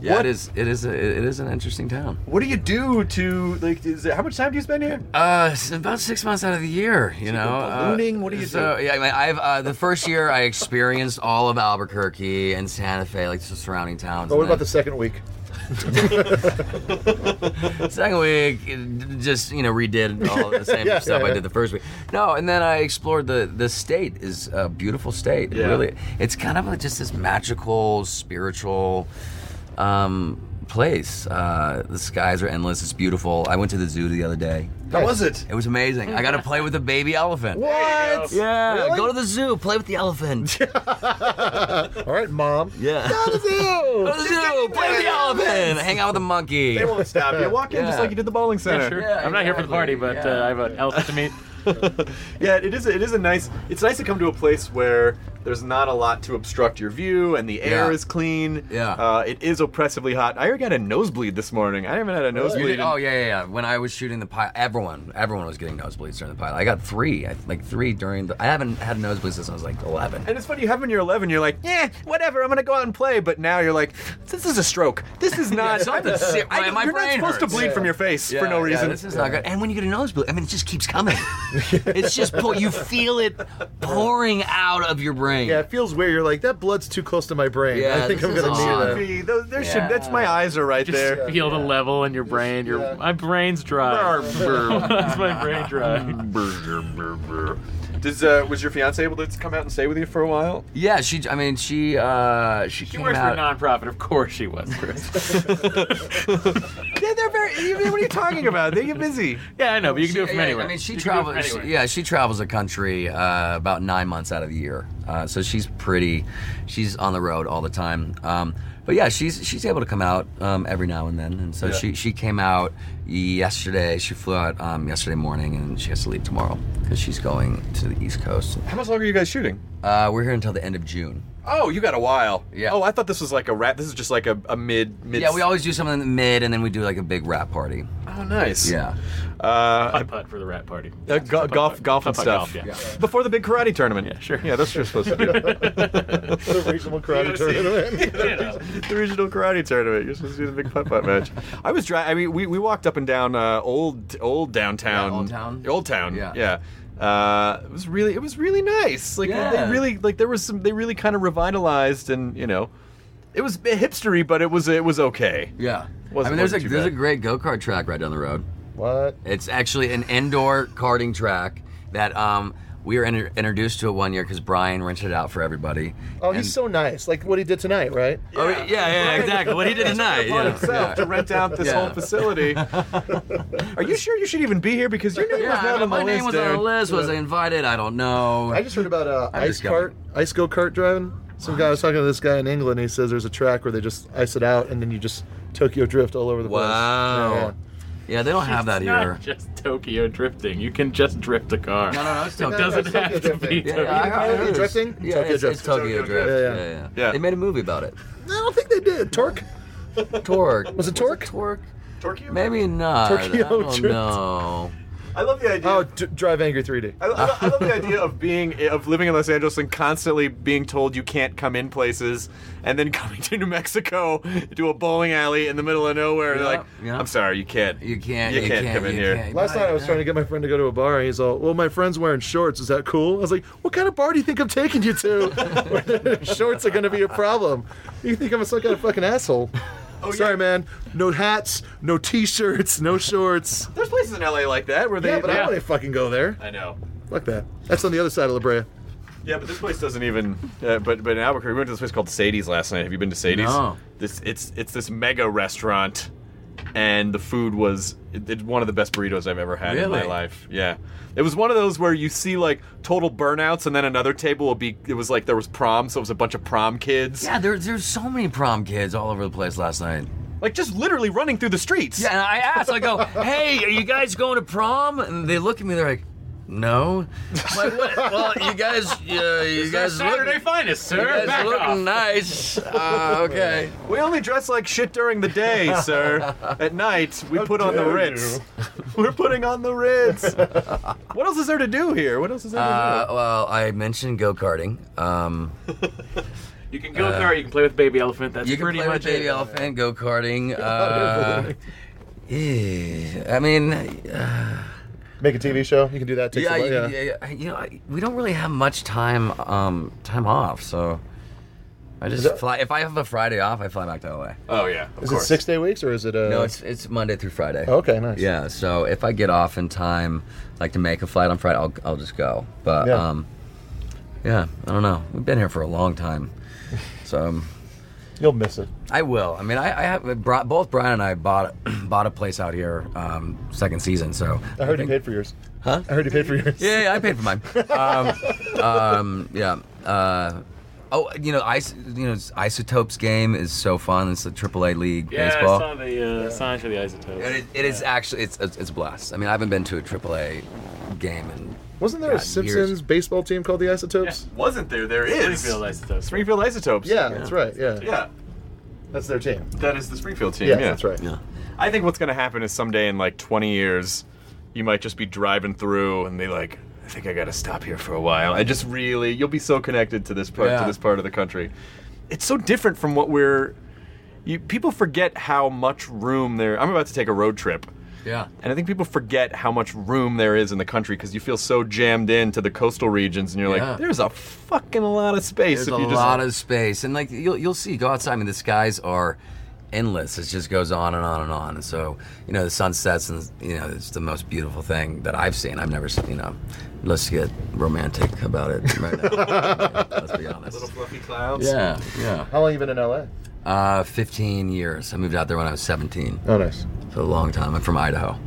S3: Yeah,
S1: What-
S3: it is. It is. A, it is an interesting town.
S1: What do you do to like? Is it, how much time do you spend here?
S3: Uh, it's about six months out of the year, you know. uh,
S1: ballooning? What do you
S3: so, Yeah, I mean, I've uh, the first year I experienced all of Albuquerque and Santa Fe, like the surrounding towns.
S4: but what
S3: and
S4: about
S3: then-
S4: the second week?
S3: Second week, it just you know, redid all the same
S4: Yeah,
S3: stuff
S4: yeah,
S3: I
S4: yeah.
S3: did the first week. No, and then I explored the the state is a beautiful state. It
S1: Yeah.
S3: Really, it's kind of like just this magical, spiritual um, place. Uh, the skies are endless. It's beautiful. I went to the zoo the other day.
S1: How was it?
S3: It was amazing. I got to play with a baby elephant.
S4: What?
S3: Yeah,
S4: Really?
S3: go to the zoo, play with the elephant.
S4: All right, mom.
S3: Yeah.
S4: Go to the zoo.
S3: Go to the zoo, play with the elephant, hang out with the monkey.
S1: They won't stop you. Walk in just
S3: Yeah.
S1: like you did the bowling center.
S2: sure.
S3: Yeah,
S2: I'm not here for the party,
S3: exactly,
S2: but uh, I have an elephant to meet.
S1: Yeah, it is. It is a nice. It's nice to come to a place where there's not a lot to obstruct your view, and the air
S3: Yeah.
S1: is clean.
S3: Yeah.
S1: Uh, it is oppressively hot. I already got a nosebleed this morning. I haven't had a
S3: You
S1: nosebleed.
S3: did-
S1: in-
S3: oh yeah, yeah, yeah. When I was shooting the pilot, everyone, everyone was getting nosebleeds during the pilot. I got three, I, like three during the. I haven't had a nosebleed since I was like eleven.
S1: And it's funny. You have when you're 11, you're like, yeah, whatever. I'm gonna go out and play. But now you're like, this is a stroke. This is not.
S3: something ser-
S1: I-
S3: my- my
S1: you're
S3: brain
S1: not supposed
S3: hurts.
S1: to bleed
S3: Yeah.
S1: from your face
S3: Yeah,
S1: for no
S3: yeah,
S1: reason.
S3: this is not good. And when you get a nosebleed, I mean, it just keeps coming. it's just pour- you feel it pouring out of your brain.
S4: Yeah, it feels weird. You're like that blood's too close to my brain.
S3: Yeah,
S4: I think
S3: this
S4: I'm
S3: is
S4: gonna
S3: odd.
S4: need that.
S1: Gee, those- there should.
S3: Yeah.
S1: That's my eyes are right
S2: Just
S1: there.
S2: feel the level in your brain. Your
S4: Yeah.
S2: my brain's dry. That's my brain dry.
S1: Does uh, was your fiance able to come out and stay with you for a while?
S3: Yeah, she. I mean, she. Uh, she,
S2: She
S3: came
S2: works for a
S3: out.
S2: nonprofit, of course she was, Chris.
S1: Yeah, they're very. What are you talking about? They get busy.
S2: yeah, I know, but you can do it
S3: Yeah,
S2: from
S3: yeah,
S2: anywhere.
S3: I mean, she
S2: You can do it from
S3: travels.
S2: anywhere.
S3: she- yeah, she travels the country uh, about nine months out of the year, uh, so she's pretty. She's on the road all the time. Um, but yeah, she's she's able to come out um, every now and then, and so she she came out yesterday. She flew out um, yesterday morning, and she has to leave tomorrow because she's going to the East Coast.
S1: How much longer are you guys shooting?
S3: Uh, we're here until the end of June.
S1: Oh, you got a while.
S3: Yeah.
S1: Oh, I thought this was like a wrap. This is just like a, a mid mid.
S3: Yeah, we always do something in the mid, and then we do like a big rap party.
S1: Oh, nice.
S3: Yeah.
S1: Uh,
S2: putt putt for the rat party.
S1: uh, go- golf, golf and
S2: Putt-putt
S1: stuff.
S2: golf, yeah.
S1: Before the big karate tournament. Yeah,
S2: sure.
S1: Yeah, that's what you're supposed to do.
S4: What a reasonable karate tournament.
S2: You know.
S1: the regional karate tournament. You're supposed to do the big putt putt match. I was dry. I mean, we, we walked up and down uh, old old downtown.
S3: Yeah, Old Town.
S1: Old town.
S3: Yeah.
S1: Yeah. Uh, it was really it was really nice. Like
S3: Yeah.
S1: they really like there was some they really kind of revitalized and you know, it was hipstery, but it was it was okay.
S3: Yeah. I
S1: Wasn't-
S3: mean, there's a
S1: wasn't too
S3: there's a
S1: bad.
S3: great go kart track right down the road.
S4: what?
S3: It's actually an indoor karting track that um, we were inter- introduced to it one year because Brian rented it out for everybody.
S4: Oh, he's so nice. Like what he did tonight, right?
S3: Oh, yeah, yeah, yeah, exactly. What he did tonight.
S1: on
S3: Yeah.
S1: himself to rent out this
S3: Yeah.
S1: whole facility. Are you sure you should even be here? Because your name was
S3: Yeah,
S1: not
S3: I-
S1: on the
S3: my
S1: list.
S3: name was
S1: dude.
S3: on the list. Was I invited? I don't know.
S4: I just heard about uh,
S3: I'm
S4: ice
S3: just going.
S4: cart, ice go kart driving. Some guy I was talking to this guy in England. And he says there's a track where they just ice it out and then you just Tokyo drift all over the
S3: Wow.
S4: place.
S3: yeah, they don't have that
S2: it's
S3: here.
S2: Not just Tokyo drifting. You can just drift a car.
S3: No, no, no. It's
S2: It
S3: Tokyo.
S2: doesn't
S4: Tokyo
S2: have to be
S4: drifting.
S3: Yeah,
S2: Tokyo.
S3: I- I heard
S4: Tokyo
S3: it is.
S4: drifting?
S3: Yeah,
S4: Tokyo
S3: it's, it's
S4: drift.
S3: Tokyo Drift.
S4: Yeah, yeah.
S3: Yeah, yeah.
S1: Yeah.
S3: They made a movie about it.
S4: Yeah. I don't think they did. Torque.
S3: Torque.
S4: Was it Torque?
S3: Torque. Maybe not.
S4: Tokyo
S3: I don't
S4: Drift.
S3: know.
S1: I love the idea.
S4: Oh, d- Drive Angry 3D.
S1: I, I, I love the idea of being of living in Los Angeles and constantly being told you can't come in places, and then coming to New Mexico to a bowling alley in the middle of nowhere. and they're
S3: Yeah,
S1: like,
S3: yeah.
S1: I'm sorry, you can't.
S3: You can't.
S1: You, can't, come in
S3: you
S1: here.
S3: can't.
S4: Last night I was trying to get my friend to go to a bar, and he's all, "Well, my friend's wearing shorts. Is that cool?" I was like, "What kind of bar do you think I'm taking you to? shorts are going to be a problem. You think I'm some kind of fucking asshole?" Sorry, man. No hats, no T-shirts, no shorts.
S1: There's places in LA like that where they.
S4: Yeah, but I
S2: yeah.
S4: want to fucking go there.
S1: I know.
S4: Fuck that. That's on the other side of La Brea.
S1: Yeah, but this place doesn't even. Uh, but but in Albuquerque, we went to this place called Sadie's last night. Have you been to Sadie's?
S3: No.
S1: This it's it's this mega restaurant, and the food was it, it's one of the best burritos I've ever had in my
S3: Really?
S1: life. Yeah, it was one of those where you see like total burnouts, and then another table will be. It was like there was prom, so it was a bunch of prom kids,
S3: Yeah, there, there's so many prom kids all over the place last night.
S1: like just literally running through the streets.
S3: Yeah, and I asked, I go, hey, are you guys going to prom? And they look at me, they're like, no. I'm like, "What? well, you guys, uh, you guys
S2: Saturday
S3: look,
S2: finest, sir.
S3: you guys
S2: Back
S3: look
S2: off.
S3: nice. Uh, okay.
S1: We only dress like shit during the day, sir. At night, we put on the
S4: dare
S1: Ritz. We're putting on the Ritz. what else is there to do here? What else is there
S3: Uh,
S1: to
S3: well, I mentioned go karting. Um,
S2: You can go car. You can play with baby elephant. That's
S3: Uh, you can
S2: pretty
S3: play
S2: much
S3: with baby
S2: it.
S3: elephant, go karting. Uh, eh, I mean, uh,
S4: Make a TV show. You can do that. Takes
S3: yeah,
S4: a,
S3: yeah,
S4: while,
S3: yeah, yeah, you know, I, we don't really have much time um, time off, so I just fly. If I have a Friday off, I fly back to LA.
S1: do? Oh yeah, of
S4: Is it
S1: course.
S4: six day weeks or is it? Uh,
S3: No, it's it's Monday through Friday.
S4: Oh, okay, nice.
S3: Yeah, so if I get off in time, like to make a flight on Friday, I'll, I'll just go. But
S4: Yeah.
S3: um, yeah, I don't know. We've been here for a long time, so um,
S4: You'll miss it.
S3: I will. I mean, I, I have Bri- both Brian and I bought bought a place out here um, second season. So
S4: I heard you paid for yours. Huh? I heard you paid for yours.
S3: yeah, yeah, I paid for mine. Um, um, yeah. Uh, oh, you know, Is- you know, Isotopes game is so fun. It's the AAA league
S2: Yeah,
S3: baseball.
S2: I saw the uh, sign for the isotope.
S3: And it, it is actually it's, it's it's a blast. I mean, I haven't been to a AAA game and
S4: Wasn't there a
S3: God,
S4: Simpsons
S3: years.
S4: baseball team called the Isotopes?
S1: Wasn't there? There is
S2: Springfield isotope.
S1: Springfield Isotopes.
S4: Yeah, that's right. Yeah.
S1: yeah.
S4: that's their team.
S1: That is the Springfield team.
S4: Yeah,
S1: Yeah,
S4: that's right.
S1: I think what's gonna happen is someday in like 20 years, you might just be driving through and be like, I think I gotta stop here for a while. I just really, you'll be so connected to this part
S3: Yeah.
S1: to this part of the country. It's so different from what we're. You people forget how much room there. I'm about to take a road trip.
S3: yeah.
S1: And I think people forget how much room there is in the country because you feel so jammed into the coastal regions, and you're
S3: Yeah.
S1: like, "There's a fucking lot of space."
S3: There's
S1: if
S3: a
S1: you just,
S3: lot of space, and like you'll you'll see, go outside. I mean, the skies are endless. It just goes on and on and on. And so you know, the sun sets, and you know, it's the most beautiful thing that I've seen. I've never seen. You know, let's get romantic about it right now. let's be honest.
S1: fluffy clouds.
S3: Yeah, yeah.
S4: How long you been in LA?
S3: Uh, 15 years. I moved out there when I was 17.
S4: Oh, nice.
S3: So a long time. I'm from Idaho.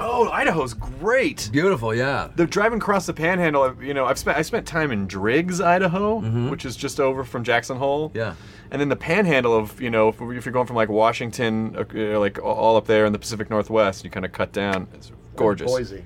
S1: Oh, Idaho's great.
S3: Beautiful, yeah.
S1: The driving across the Panhandle, I've- you know, I've spent I spent time in Driggs, Idaho, which is just over from Jackson Hole.
S3: Mm-hmm. Yeah.
S1: and then the Panhandle of you know, if, if you're going from like Washington, uh, you know, like all up there in the Pacific Northwest, you kind of cut down. It's gorgeous.
S4: Boise.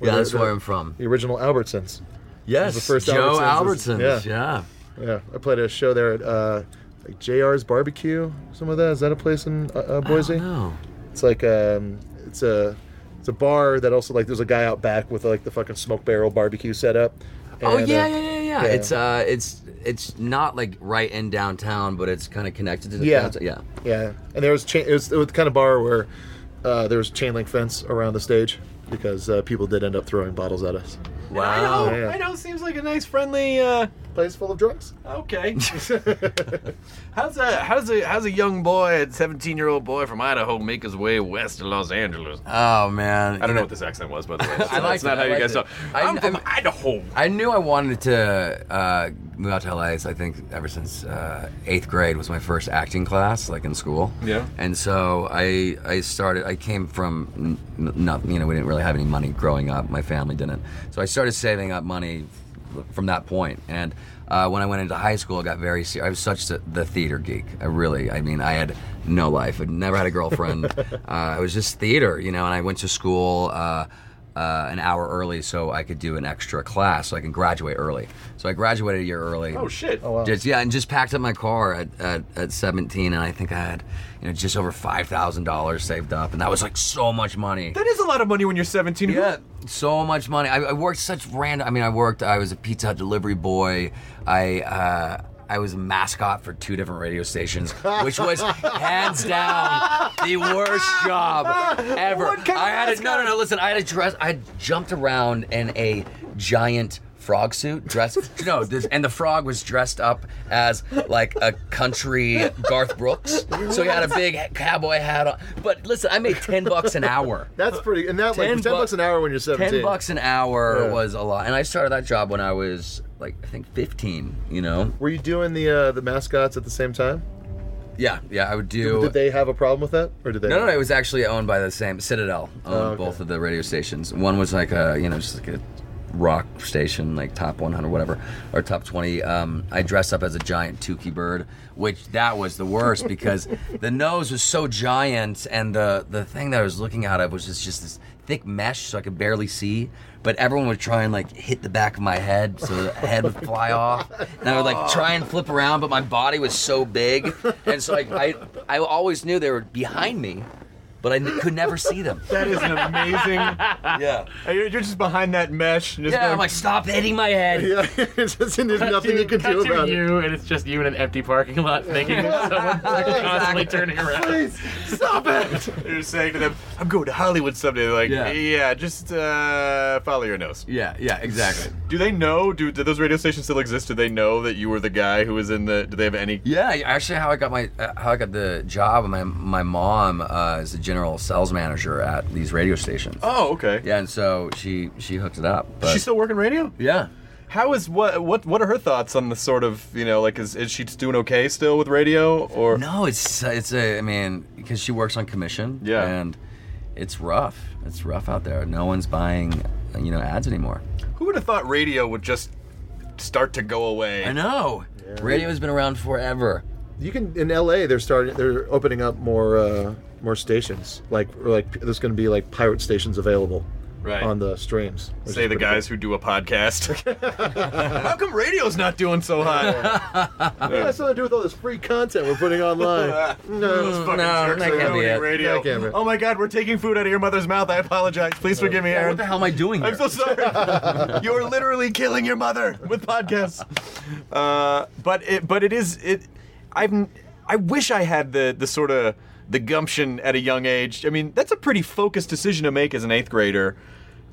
S3: Yeah,
S4: the-
S3: that's
S4: the-
S3: where I'm from.
S4: The original Albertsons.
S3: Yes,
S4: the first
S3: Joe
S4: Albertsons
S3: Albertsons.
S4: is-
S3: yeah.
S4: Yeah, I played a show there at uh, like JR's Barbecue. Some of that is that a place in uh, uh, Boise?
S3: No.
S4: It's like um, it's a it's a bar that also like there's a guy out back with like the fucking smoke barrel barbecue setup.
S3: Oh
S4: And,
S3: yeah,
S4: uh,
S3: yeah, yeah, yeah.
S4: yeah.
S3: It's uh, it's it's not like right in downtown, but it's kind of connected to the
S4: Yeah.
S3: downtown. Yeah.
S4: Yeah, and there was cha- it was, it was the kind of bar where uh, there was chain link fence around the stage because uh, people did end up throwing bottles at us.
S3: Wow.
S1: Idaho, Idaho seems like a nice, friendly. Uh,
S4: Place full of drunks.
S1: okay. how's a how's a how's a young boy, a 17 year old boy from Idaho, make his way west to Los Angeles?
S3: Oh man.
S1: I don't know what this accent was, by the way. That's
S3: liked
S1: not
S3: it,
S1: how
S3: I
S1: you
S3: liked
S1: guys
S3: it.
S1: talk.
S3: I-
S1: I'm from
S3: I'm-
S1: Idaho.
S3: I knew I wanted to uh, move out to LA. So I think ever since uh, eighth grade was my first acting class, like in school.
S1: Yeah.
S3: And so I I started. I came from n- n- nothing. You know, we didn't really have any money growing up. My family didn't. So I started saving up money f- from that point. And uh, when I went into high school, I got very serious. I was such the, the theater geek. I really. I mean, I had no life. I never had a girlfriend. uh, I was just theater. You know, and I went to school. Uh, uh, an hour early so I could do an extra class so I can graduate early. So I graduated a year early.
S1: Oh shit.
S3: Just yeah, and just packed up my car at, at, at 17, and I think I had you know just over five thousand dollars saved up, and that was like so much money.
S1: That is a lot of money when you're 17. Who-
S3: Yeah, so much money. I, I worked such random. I mean, I worked. I was a pizza Hut delivery boy. I uh, I was a mascot for two different radio stations, which was hands down the worst job ever.
S1: What kind of
S3: I had a, no, no, no. Listen, I had a dress. I jumped around in a giant. Frog suit dressed no, this, and the frog was dressed up as like a country Garth Brooks, so he had a big cowboy hat on. But listen, I made ten bucks an hour.
S4: That's pretty. And that like ten
S3: Ten bu-
S4: bucks an hour when you're seventeen.
S3: 10 bucks an hour
S4: Yeah.
S3: was a lot. And I started that job when I was like I think 15, you know.
S4: Were you doing the uh, the mascots at the same time?
S3: Yeah, yeah, I would do
S4: Did they have a problem with that, or did they?
S3: No, no, no, it was actually owned by the same Citadel owned both of the radio stations. One was like a, you know, just like a rock station like top 100 whatever or top 20 um, i dressed up as a giant tukey bird which that was the worst because the nose was so giant and the the thing that i was looking out of was just, just this
S6: thick mesh so I could barely see. But everyone would try and like hit the back of my head so the head would fly off. And I would like try and flip around, but my body was so big. And so like I I always knew they were behind me, but I n- could never see them.
S1: That is an amazing.
S6: Yeah.
S1: You're you're just behind that mesh. and Just
S6: Yeah,
S1: going,
S6: I'm like, stop hitting my head.
S4: Yeah, it's just, and there's nothing you can
S2: cut
S4: do
S2: to
S4: about it.
S2: you, and it's just you in an empty parking lot thinking someone constantly turning around.
S1: Stop it! You're saying to them, I'm going to Hollywood someday. They're like, yeah,
S6: Yeah.
S1: just uh, follow your nose.
S6: Yeah, yeah, exactly.
S1: Do they know? Do, do those radio stations still exist? Do they know that you were the guy who was in the. Do they have any.
S6: Yeah,
S3: Yeah, actually, how I got my uh, how I got the job. My my mom uh, is the general sales manager at these radio stations.
S1: Oh, okay.
S3: Yeah, and so she she hooked it up. But,
S1: She's still working radio?
S3: yeah.
S1: How is what what what are her thoughts on the sort of you know like is, is she doing okay still with radio or
S3: No, it's it's a. I mean, because she works on commission.
S1: Yeah.
S3: And it's rough. It's rough out there. No one's buying you know ads anymore.
S1: who would have thought radio would just start to go away?
S3: I know. Radio has been around forever.
S4: You can in LA. They're starting. They're opening up more uh, more stations. Like like there's going to be like pirate stations available
S1: Right.
S4: on the streams. which
S1: Say
S4: is
S1: the
S4: pretty
S1: guys who do a podcast. How come radio's not doing so hot?
S4: cool. Yeah, that's something to do with all this free content we're putting online. no.
S1: Fucking
S3: Mm, No,
S1: jerks
S3: that
S1: are
S3: can't be
S1: ruining
S3: it.
S1: radio.
S4: That can't be it.
S1: Oh my god, we're taking food out of your mother's mouth. I apologize. Please forgive me,
S3: What
S1: Aaron.
S3: the hell am I doing here?
S1: I'm so sorry. You're literally killing your mother with podcasts. Uh, but it, but it is it. I've I wish I had the the sort of the gumption at a young age. I mean, that's a pretty focused decision to make as an eighth grader.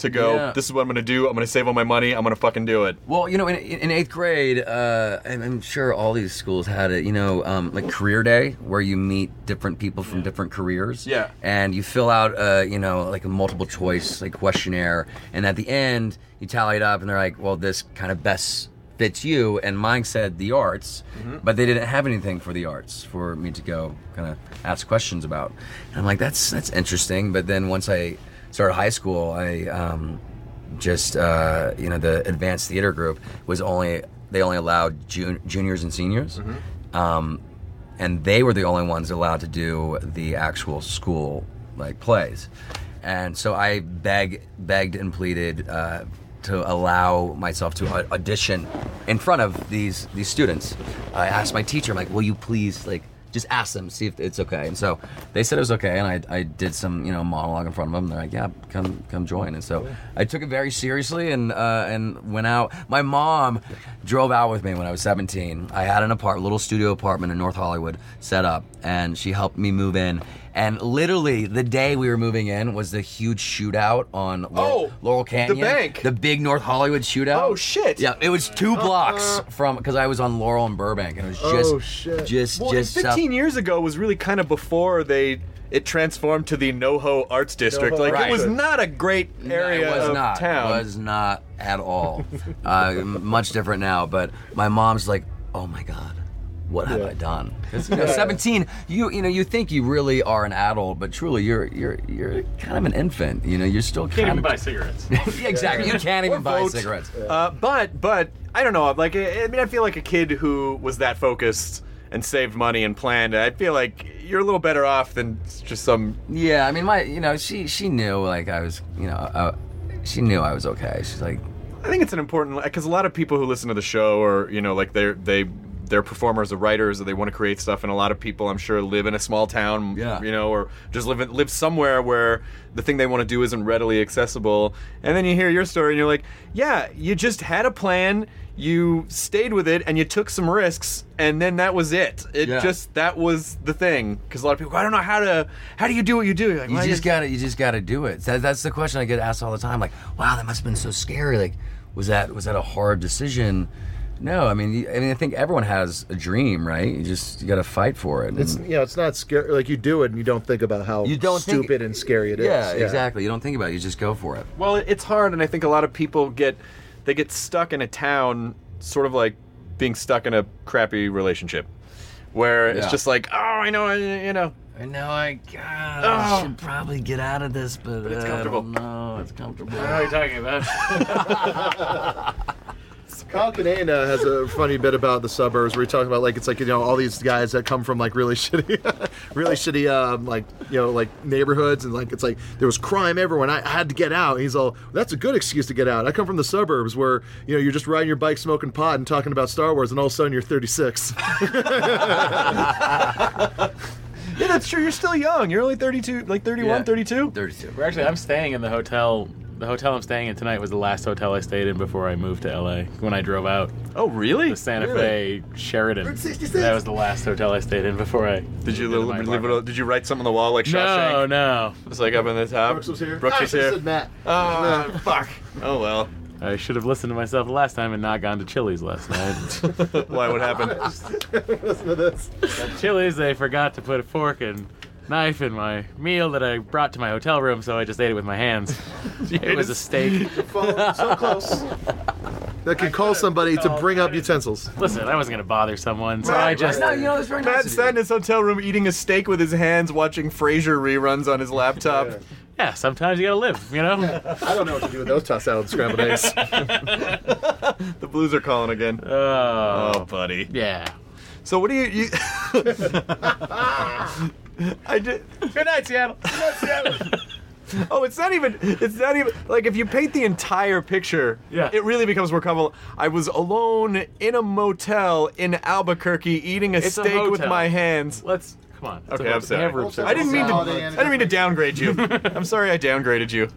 S1: To go,
S3: Yeah.
S1: this is what I'm gonna do. I'm gonna save all my money. I'm gonna fucking do it.
S3: Well, you know, in, in eighth grade, uh, and I'm sure all these schools had it. You know, um, like career day, where you meet different people from different careers.
S1: Yeah.
S3: And you fill out, uh, you know, like a multiple choice like questionnaire, and at the end you tally it up, and they're like, "Well, this kind of best fits you." And mine said the arts, but they didn't have anything for the arts for me to go kind of ask questions about. And I'm like, "That's that's interesting," but then once I started high school, I. Um, just uh, you know the advanced theater group was only they only allowed jun- juniors and seniors um, and they were the only ones allowed to do the actual school like plays and so i beg, begged and pleaded uh, to allow myself to au- audition in front of these these students i asked my teacher I'm like will you please like just ask them see if it's okay and so they said it was okay and i, I did some you know monologue in front of them they're like yeah come come join and so i took it very seriously and uh, and went out my mom drove out with me when i was 17 i had an apartment little studio apartment in north hollywood set up and she helped me move in and literally the day we were moving in was the huge shootout on Laurel,
S1: Oh,
S3: Laurel Canyon
S1: bank.
S3: the big North Hollywood shootout
S1: Oh, shit. Uh,
S3: yeah it was two blocks from because I was on Laurel and Burbank and it was just
S4: Oh, shit.
S3: just
S1: Well,
S3: just
S1: and
S3: south-
S1: 15 years ago was really kind of before they it transformed to the NoHo Arts District.
S4: NoHo
S1: like
S4: Arts
S1: it was
S4: District.
S1: not a great area
S3: it was
S1: of
S3: not,
S1: town.
S3: It was not at all. uh, m- much different now, but my mom's like, "Oh my god, what have I done?" 'Cause, you know, Seventeen, you you know, you think you really are an adult, but truly, you're you're you're kind of an infant. You know, you're still
S2: Can't
S3: kind
S2: even
S3: of
S2: buy cigarettes.
S3: Yeah, exactly. You can't even buy
S1: vote.
S3: cigarettes.
S1: Uh, but but I don't know. Like I, I mean, I feel like a kid who was that focused and saved money and planned. I feel like you're a little better off than just some.
S3: Yeah, I mean, my you know, she she knew like I was you know, uh, she knew I was okay. She's like,
S1: I think it's an important because a lot of people who listen to the show are you know like they're they. They're performers or writers, or they want to create stuff, and a lot of people, I'm sure, live in a small town,
S3: Yeah.
S1: you know, or just live in, live somewhere where the thing they want to do isn't readily accessible. And then you hear your story, and you're like, yeah, you just had a plan, you stayed with it, and you took some risks, and then that was it. It
S3: Yeah.
S1: just that was the thing. Because a lot of people, go, I don't know how to, how do you do what you do? You're like,
S3: you
S1: "Well, I
S3: just got to you just got to do it. That, that's the question I get asked all the time. Like, wow, that must have been so scary. Like, was that was that a hard decision? No, I mean, you- I mean, I think everyone has a dream, right? You just you got to fight for it. and-
S4: It's you know it's not scary. Like you do it and you don't think about how
S3: You don't think-
S4: stupid and scary it is.
S3: yeah, exactly. You don't think about it. You just go for it.
S1: Well, it- it's hard, and I think a lot of people get they get stuck in a town, sort of like being stuck in a crappy relationship, where it's
S3: Yeah.
S1: just like, oh, I know, I, you know,
S3: I know. I, God,
S1: Oh.
S3: I should probably get out of this, but,
S1: it's
S3: uh, I
S1: comfortable.
S3: don't know. It's comfortable.
S2: What are you talking about?
S1: it's
S4: Kyle Kinane uh, has a funny bit about the suburbs where he talks about like it's like you know all these guys that come from like really shitty, really shitty um, like you know like neighborhoods and like it's like there was crime everywhere and I had to get out. He's all that's a good excuse to get out. I come from the suburbs where you know you're just riding your bike, smoking pot, and talking about Star Wars, and all of a sudden you're 36.
S1: Yeah, that's true. You're still young. You're only 32, like 31,
S3: Yeah.
S1: 32.
S3: 32.
S2: Well, actually, I'm staying in the hotel. The hotel I'm staying in tonight was the last hotel I stayed in before I moved to LA. When I drove out,
S1: Oh, really?
S2: the Santa
S1: Really?
S2: Fe Sheridan.
S4: Route 66.
S2: That was the last hotel I stayed in before I.
S1: Did you
S2: moved into
S1: li-
S2: my
S1: live it,
S2: apartment.
S1: all- did you write something on the wall like Shawshank?
S2: No, no.
S1: It's like up in the top.
S4: Brooks was here.
S1: Brooks
S4: Ah,
S1: was
S4: I
S1: here.
S4: said Matt.
S1: Ah, fuck. Oh well.
S2: I should have listened to myself last time and not gone to Chili's last night.
S1: Why? What happened?
S4: Listen to this.
S2: Chili's, they forgot to put a fork and knife in my meal that I brought to my hotel room, so I just ate it with my hands. it was a steak.
S4: Follow- so close. That can call somebody to bring up utensils.
S2: Listen, I wasn't gonna bother someone, so I just.
S3: No, you know, it's very nice.
S1: Matt
S3: of you.
S1: sat in his hotel room eating a steak with his hands, watching Frasier reruns on his laptop.
S2: Yeah, sometimes you gotta live, you know.
S4: I don't know what to do with those tossed salad scrambled eggs.
S1: The Blues are calling again.
S2: Oh,
S1: oh, buddy.
S2: yeah.
S1: So what do you? you I did.
S2: Good night, Seattle.
S1: Oh, it's not even. It's not even like if you paint the entire picture.
S2: Yeah.
S1: It really becomes more comfortable. I was alone in a motel in Albuquerque eating a
S2: It's a
S1: steak with
S2: hotel.
S1: my hands.
S2: Let's come on.
S1: Okay, I'm sorry. I
S2: I
S1: didn't mean to. I didn't mean to downgrade you. I'm sorry, I downgraded you.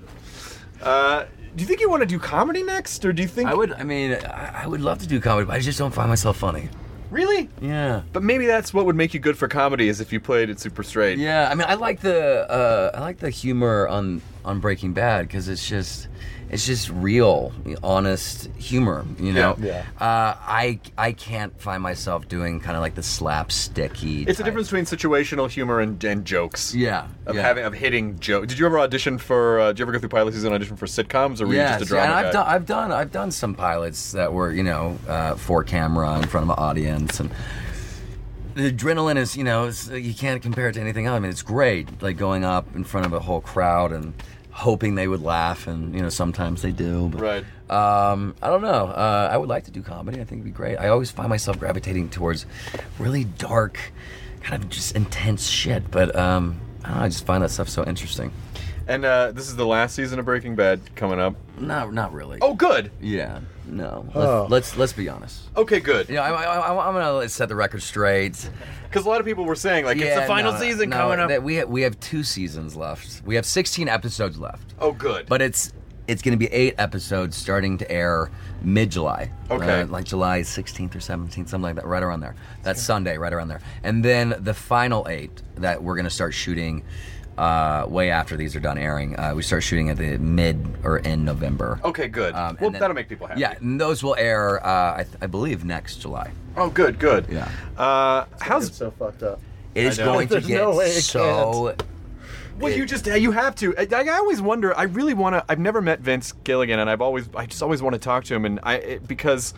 S1: Uh, do you think you want to do comedy next, or do you think
S3: I would. I mean, I, I would love to do comedy, but I just don't find myself funny.
S1: really?
S3: Yeah.
S1: But maybe that's what would make you good for comedy is if you played it super straight.
S3: Yeah, I mean, I like the uh, I like the humor on on Breaking Bad because it's just it's just real, honest humor. You know,
S4: Yeah.
S3: Uh, I I can't find myself doing kind of like the slapsticky.
S1: It's the
S3: type.
S1: difference between situational humor and, and jokes.
S3: Yeah,
S1: Of
S3: yeah.
S1: having of hitting jokes. Did you ever audition for? Uh, did you ever go through pilot season audition for sitcoms, or were
S3: yeah,
S1: you just a
S3: see, and
S1: drama
S3: I've
S1: guy?
S3: done, I've done I've done some pilots that were you know uh, for camera in front of an audience and the adrenaline is you know it's, you can't compare it to anything else. I mean it's great like going up in front of a whole crowd and hoping they would laugh and you know sometimes they do. But,
S1: Right.
S3: Um, I don't know. Uh, I would like to do comedy. I think it'd be great. I always find myself gravitating towards really dark, kind of just intense shit. But um, I don't know. I just find that stuff so interesting.
S1: And uh, this is the last season of Breaking Bad coming up.
S3: Not not really.
S1: Oh, good.
S3: Yeah, no. Let's
S4: Oh.
S3: let's, let's be honest.
S1: Okay, good.
S3: You know, I, I, I, I'm gonna set the record straight.
S1: Because a lot of people were saying like it's
S3: Yeah,
S1: the final
S3: no,
S1: season
S3: no,
S1: coming up.
S3: That we have, we have two seasons left. We have 16 episodes left,
S1: oh, good.
S3: but it's it's gonna be eight episodes starting to air mid July.
S1: Okay.
S3: uh, like July 16th or 17th, something like that, right around there. That's Sunday, right around there. And then the final eight that we're gonna start shooting. Uh, way after these are done airing, uh, we start shooting at the mid or end November.
S1: okay, good.
S3: Um, and
S1: well,
S3: then-
S1: that'll make people happy.
S3: Yeah, and those will air, uh, I, th- I believe, next July.
S1: Oh, good, good.
S3: Yeah.
S1: Uh, how's
S4: It's so fucked up.
S3: It is
S1: I know.
S3: going to
S4: There's
S3: get
S4: no way it
S3: so.
S1: Well, you just you have to. I, I always wonder. I really want to. I've never met Vince Gilligan, and I've always I just always want to talk to him, and I it, because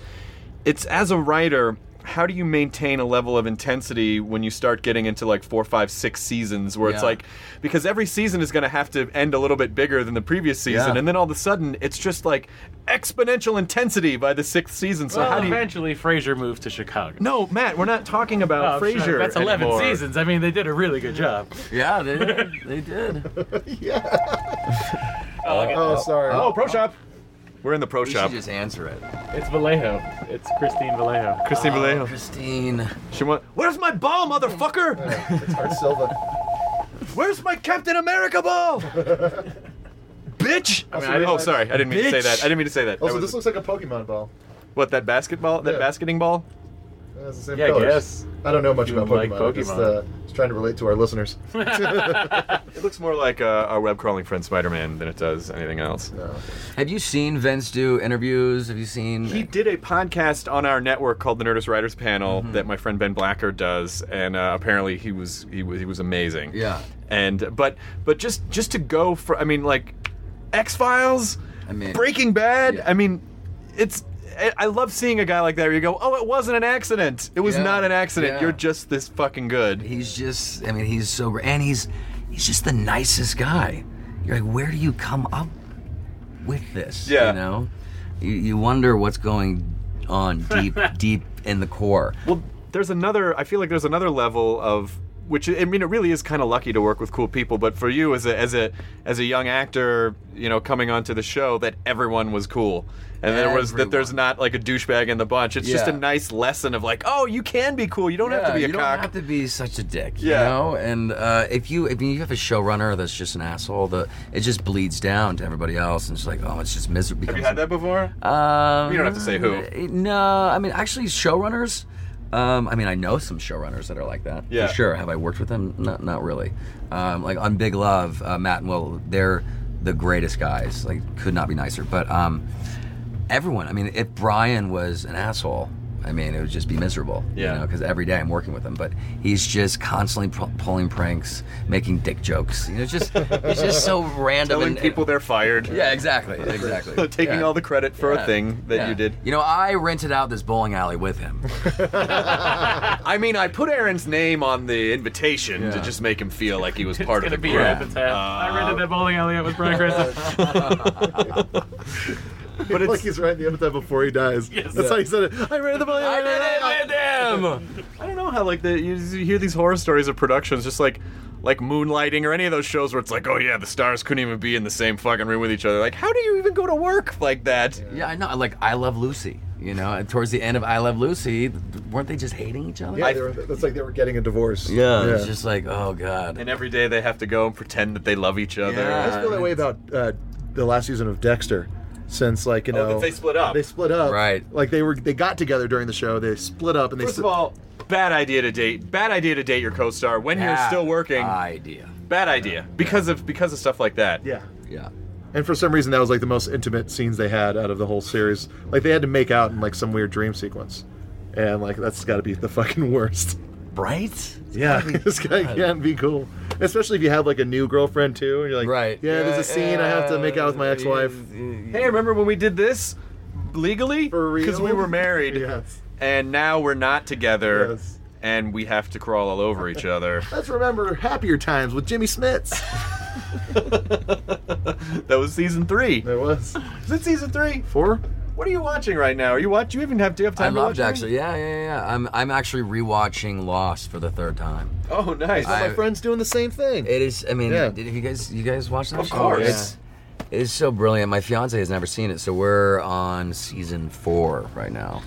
S1: it's as a writer. How do you maintain a level of intensity when you start getting into like four, five, six seasons where it's
S3: Yeah.
S1: like because every season is going to have to end a little bit bigger than the previous season,
S3: Yeah.
S1: and then all of a sudden it's just like exponential intensity by the sixth season. So
S2: Well,
S1: how do you?
S2: eventually, Frasier moved to Chicago.
S1: No, Matt, we're not talking
S2: Oh,
S1: about
S2: sure.
S1: Frasier.
S2: That's 11
S1: anymore.
S2: seasons. I mean, they did a really good job.
S3: Yeah, they did. They did.
S4: Oh, sorry.
S1: Oh, pro shop. We're in the pro
S3: We
S1: shop.
S3: should just answer it.
S2: It's Vallejo. It's Christine Vallejo.
S1: Christine Vallejo.
S3: Christine.
S1: She went, Where's my ball, motherfucker?
S4: It's Art Silva.
S1: Where's my Captain America ball? Bitch! I mean, I- oh, sorry. I didn't mean to say
S3: Bitch.
S1: that. I didn't mean to say that. That
S4: Also,
S1: was-
S4: this looks like a Pokemon ball.
S1: what, that basketball? That
S4: Yeah.
S1: basketing ball?
S4: It has the same
S2: Yeah, I
S4: colors.
S2: guess.
S4: I don't know much
S2: You
S4: about
S2: like
S4: Pokemon. I'm just,
S2: Pokemon.
S4: uh, just trying to relate to our listeners.
S1: It looks more like uh, our web crawling friend Spider Man than it does anything else.
S3: Have you seen Vince do interviews? Have you seen?
S1: He did a podcast on our network called the Nerdist Writers Panel
S3: Mm-hmm.
S1: that my friend Ben Blacker does, and uh, apparently he was he was he was amazing.
S3: Yeah.
S1: And but but just just to go for I mean like X Files,
S3: I mean-
S1: Breaking Bad.
S3: Yeah.
S1: I mean, it's I- I love seeing a guy like that. Where you go, oh, it wasn't an accident. It was
S3: Yeah.
S1: not an accident.
S3: Yeah.
S1: You're just this fucking good.
S3: He's just. I mean, he's so. gr- And he's. He's just the nicest guy. You're like, where do you come up with this?
S1: Yeah.
S3: You know. You, you wonder what's going on deep, deep in the core.
S1: Well, there's another. I feel like there's another level of which. I mean, it really is kind of lucky to work with cool people. But for you, as a as a as a young actor, you know, coming onto the show, that everyone was cool, and there was that there's not like a douchebag in the bunch. It's just a
S3: Yeah.
S1: nice lesson of like, oh, you can be cool. You don't have to
S3: Yeah,
S1: be a
S3: you
S1: cock.
S3: don't have to be such a dick,
S1: Yeah.
S3: you know. And uh, if you if you have a showrunner that's just an asshole, the it just bleeds down to everybody else, and it's like, oh, it's just miserable.
S1: have you had that before?
S3: Um,
S1: You don't have to say who.
S3: No, I mean actually showrunners. Um, I mean, I know some showrunners that are like that.
S1: Yeah.
S3: for sure. Have I worked with them? Not, not really. Um, like on Big Love, uh, Matt and Will, they're the greatest guys. Like, could not be nicer. But um, everyone. I mean, if Brian was an asshole, I mean, it would just be miserable.
S1: Yeah.
S3: You know, because every day I'm working with him, but he's just constantly pu- pulling pranks, making dick jokes. You know, it's just it's just so random.
S1: Telling
S3: and-
S1: people they're fired.
S3: uh, Yeah, exactly, exactly.
S1: Taking
S3: Yeah.
S1: all the credit for a thing that
S3: Yeah.
S1: you did.
S3: You know, I rented out this bowling alley with him.
S1: I mean, I put Aaron's name on the invitation to
S3: Yeah.
S1: just make him feel like he was part of
S2: gonna
S1: the
S2: be
S1: group.
S2: your epitaph. I rented
S1: Uh,
S2: that bowling alley out with Brian Cranston.
S1: But
S4: Like
S1: it's,
S4: he's right the end of that before he dies. That's how he said it. I ran the ball. I
S3: it with him.
S1: I don't know how like the you, you hear these horror stories of productions, just like like moonlighting or any of those shows where it's like, oh yeah, the stars couldn't even be in the same fucking room with each other. Like, how do you even go to work like that?
S3: Yeah, I know. Like I love Lucy. You know, and towards the end of I Love Lucy, th- weren't they just hating each other?
S4: Yeah, they were, that's like they were getting a divorce.
S3: yeah,
S4: yeah.
S3: it's just like, oh god.
S1: And every day they have to go and pretend that they love each other.
S4: I just feel that way about uh, the last season of Dexter. Since like you
S1: Oh,
S4: know
S1: that they split up.
S4: They split up.
S3: Right.
S4: Like they were they got together during the show. They split up and they.
S1: First of
S4: split-
S1: all, bad idea to date. Bad idea to date your co-star when you're
S3: Bad
S1: still working.
S3: Idea.
S1: bad idea because of because of stuff like that.
S4: yeah.
S3: Yeah.
S4: And for some reason, that was like the most intimate scenes they had out of the whole series. Like they had to make out in like some weird dream sequence, and like that's got to be the fucking worst.
S3: Right.
S4: Yeah, this guy can't be cool. Especially if you have like a new girlfriend too, and you're like,
S3: Right.
S4: Yeah, there's a scene I have to make out with my ex-wife.
S1: Hey, remember when we did this legally?
S4: For real?
S1: Because we were married.
S4: Yes.
S1: And now we're not together.
S4: Yes.
S1: And we have to crawl all over each other.
S4: Let's remember happier times with Jimmy Smits.
S1: that was season three.
S4: there was
S1: Is it season three?
S4: four.
S1: What are you watching right now? Are you watch? You even have? Do you have
S3: I
S1: time? to
S3: loved
S1: watch
S3: actually. Yeah, yeah, yeah. I'm I'm actually rewatching Lost for the third time.
S1: it? Oh, nice.
S4: My
S3: I-
S4: friend's doing the same thing.
S3: It is. I mean,
S4: Yeah.
S3: did you guys you guys watch that?
S1: Of
S3: show?
S1: course.
S3: It's, it is so brilliant. My fiance has never seen it, so we're on season four right now.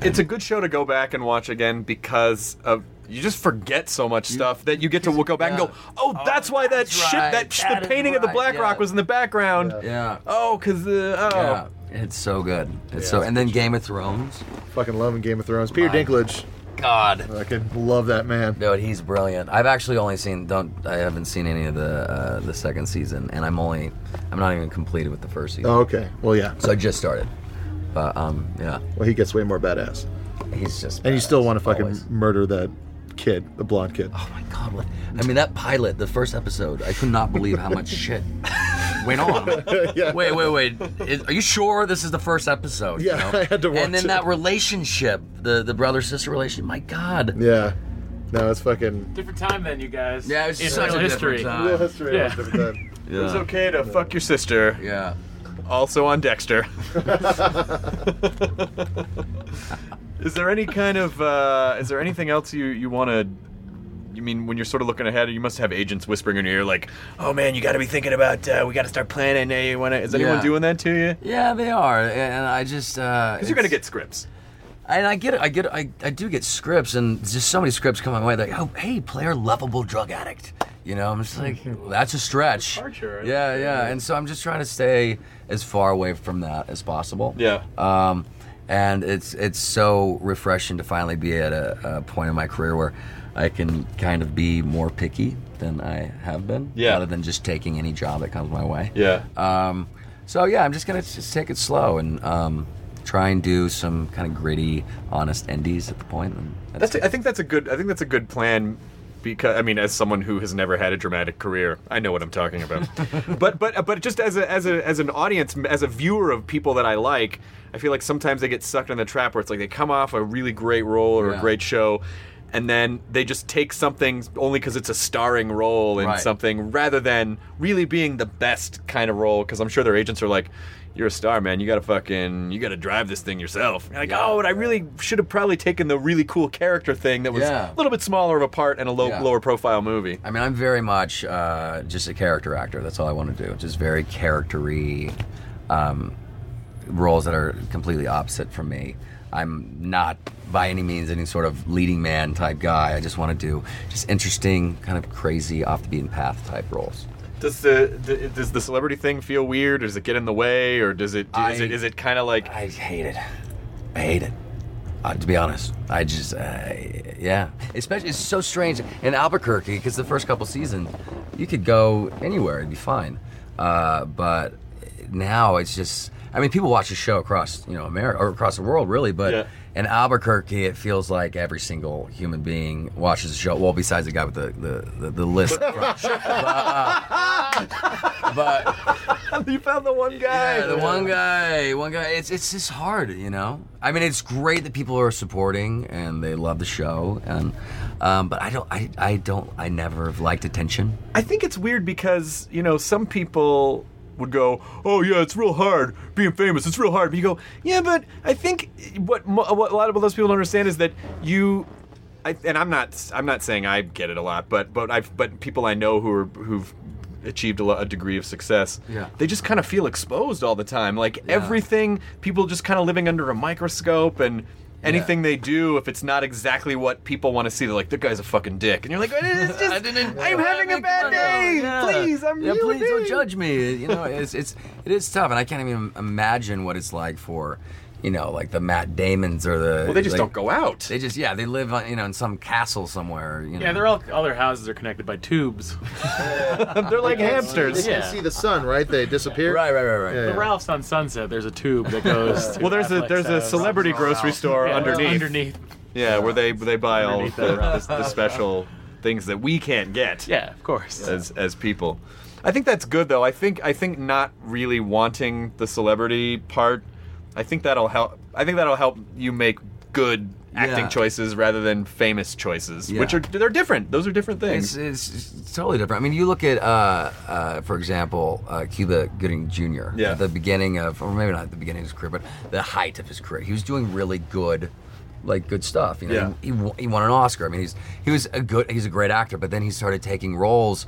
S1: it's a good show to go back and watch again because of. You just forget so much stuff that you get to go back and go, oh, that's why that
S3: that's
S1: shit,
S3: right.
S1: that, sh-
S3: That
S1: the
S3: is
S1: painting of the
S3: right,
S1: Black
S3: yeah.
S1: Rock was in the background.
S3: Yeah.
S1: Oh, because the oh,
S3: Yeah, it's so good. It's so, and then Game of Thrones.
S4: Fucking loving Game of Thrones. Peter Dinklage.
S3: God,
S4: Fucking love that man.
S3: dude, he's brilliant. I've actually only seen don't I haven't seen any of the uh, the second season, and I'm only I'm not even completed with the first season.
S4: Oh, okay. Well, yeah.
S3: So I just started, but um, yeah,
S4: Well, he gets way more badass.
S3: he's just
S4: And you still
S3: badass,
S4: want to fucking
S3: always.
S4: murder that kid, the blonde kid.
S3: Oh my god! What, I mean, that pilot, the first episode, I could not believe how much shit went on.
S4: Yeah.
S3: Wait, wait, wait. Is- are you sure this is the first episode?
S4: Yeah, I had to watch
S3: And then
S4: it.
S3: that relationship, the the brother sister relationship. My god.
S4: Yeah. No, it's fucking.
S2: Different time then, you guys.
S3: Yeah, it's
S2: it's
S3: such
S2: real
S3: a
S2: history.
S3: different time.
S4: Real history.
S2: Yeah.
S1: It was okay to fuck your sister.
S3: Yeah.
S1: Also on Dexter. is there any kind of uh, is there anything else you you want to? You mean when you're sort of looking ahead, you must have agents whispering in your ear like, "Oh man, you got to be thinking about. Uh, we got to start planning. Hey, you want to? Is anyone
S3: Yeah.
S1: doing that to you?
S3: Yeah, they are, and I just uh,
S1: Because you're gonna get scripts.
S3: and I get it. I get it. I, I do get scripts, and just so many scripts come my way. Like, oh, hey, player, lovable drug addict. You know, I'm just like, that's a stretch.
S2: Departure.
S3: Yeah, yeah, and so I'm just trying to stay as far away from that as possible.
S1: Yeah.
S3: Um, and it's it's so refreshing to finally be at a, a point in my career where I can kind of be more picky than I have been,
S1: Yeah.
S3: rather than just taking any job that comes my way.
S1: Yeah.
S3: Um, so yeah, I'm just gonna just take it slow and um, try and do some kind of gritty, honest indies at the point. And
S1: That's a, I think that's a good I think that's a good plan because I mean as someone who has never had a dramatic career I know what I'm talking about but but but just as a as a as an audience as a viewer of people that I like I feel like sometimes they get sucked in the trap where it's like they come off a really great role or a
S3: Yeah.
S1: great show and then they just take something only because it's a starring role in
S3: Right.
S1: something rather than really being the best kind of role because I'm sure their agents are like you're a star, man. You gotta fucking, you gotta drive this thing yourself. You're like, oh, and I really should have probably taken the really cool character thing that was
S3: Yeah.
S1: a little bit smaller of a part and a low,
S3: Yeah.
S1: lower profile movie.
S3: I mean, I'm very much uh, just a character actor. That's all I want to do. Just very charactery um, roles that are completely opposite from me. I'm not by any means any sort of leading man type guy. I just want to do just interesting, kind of crazy, off the beaten path type roles.
S1: Does the, the does the celebrity thing feel weird? Or does it get in the way, or does it is
S3: I-
S1: it is it kind of like
S3: I hate it. I hate it. Uh, to be honest, I just, uh, yeah. Especially, it's so strange in Albuquerque because the first couple seasons, you could go anywhere, it'd be fine. Uh, but now it's just, I mean, people watch the show across, you know, America or across the world, really. But
S1: Yeah.
S3: in Albuquerque, it feels like every single human being watches the show. Well, besides the guy with the the, the, the list, but, uh, but
S1: "Oh, you found the one guy?
S3: yeah, the one guy, one guy. It's it's just hard, you know. I mean, it's great that people are supporting and they love the show, and um, but I don't, I, I don't, I never have liked attention.
S1: I think it's weird because you know some people would go, "Oh yeah, it's real hard being famous. It's real hard." But you go, "Yeah, but I think what, mo- what a lot of those people don't understand is that you." I, and I'm not I'm not saying I get it a lot, but but I've but people I know who are who've achieved a, lo- a degree of success,
S3: Yeah.
S1: they just kind of feel exposed all the time. Like everything, people just kind of living under a microscope and. Anything they do, if it's not exactly what people want to see, they're like, "That guy's a fucking dick," and you're like, "It's just, I'm having a bad day. Please, I'm
S3: yeah,
S1: really
S3: please don't
S1: big."
S3: judge me. You know, it's it's it is tough, and I can't even imagine what it's like for, you know, like the Matt Damon's or the.
S1: Well, they just
S3: like-
S1: don't go out.
S3: They just yeah, they live on you know in some castle somewhere. You know.
S2: Yeah, they're all all their houses are connected by tubes.
S1: They're like hamsters.
S4: You
S2: Yeah.
S4: can see the sun, right? They disappear.
S3: right, right, right, right.
S2: The Ralph's on Sunset. There's a tube that goes. To
S1: Well, there's a
S2: Affleck's
S1: there's a
S2: house.
S1: celebrity grocery store
S2: Yeah,
S1: underneath.
S2: Underneath.
S1: Yeah, where they they buy all of
S2: Underneath
S1: the,
S2: that
S1: the, the special things that we can't get.
S2: Yeah, of course.
S1: as as people. I think that's good though. I think I think not really wanting the celebrity part. I think that'll help. I think that'll help you make good acting
S3: Yeah.
S1: choices rather than famous choices,
S3: Yeah.
S1: which are they're different. Those are different things.
S3: It's, it's, it's totally different. I mean, you look at, uh, uh, for example, uh, Cuba Gooding Jr.
S1: Yeah.
S3: At the beginning of, or maybe not at the beginning of his career, but the height of his career, he was doing really good, like good stuff. You know,
S1: Yeah.
S3: he, he, won- he won an Oscar. I mean, he's he was a good, he's a great actor. But then he started taking roles.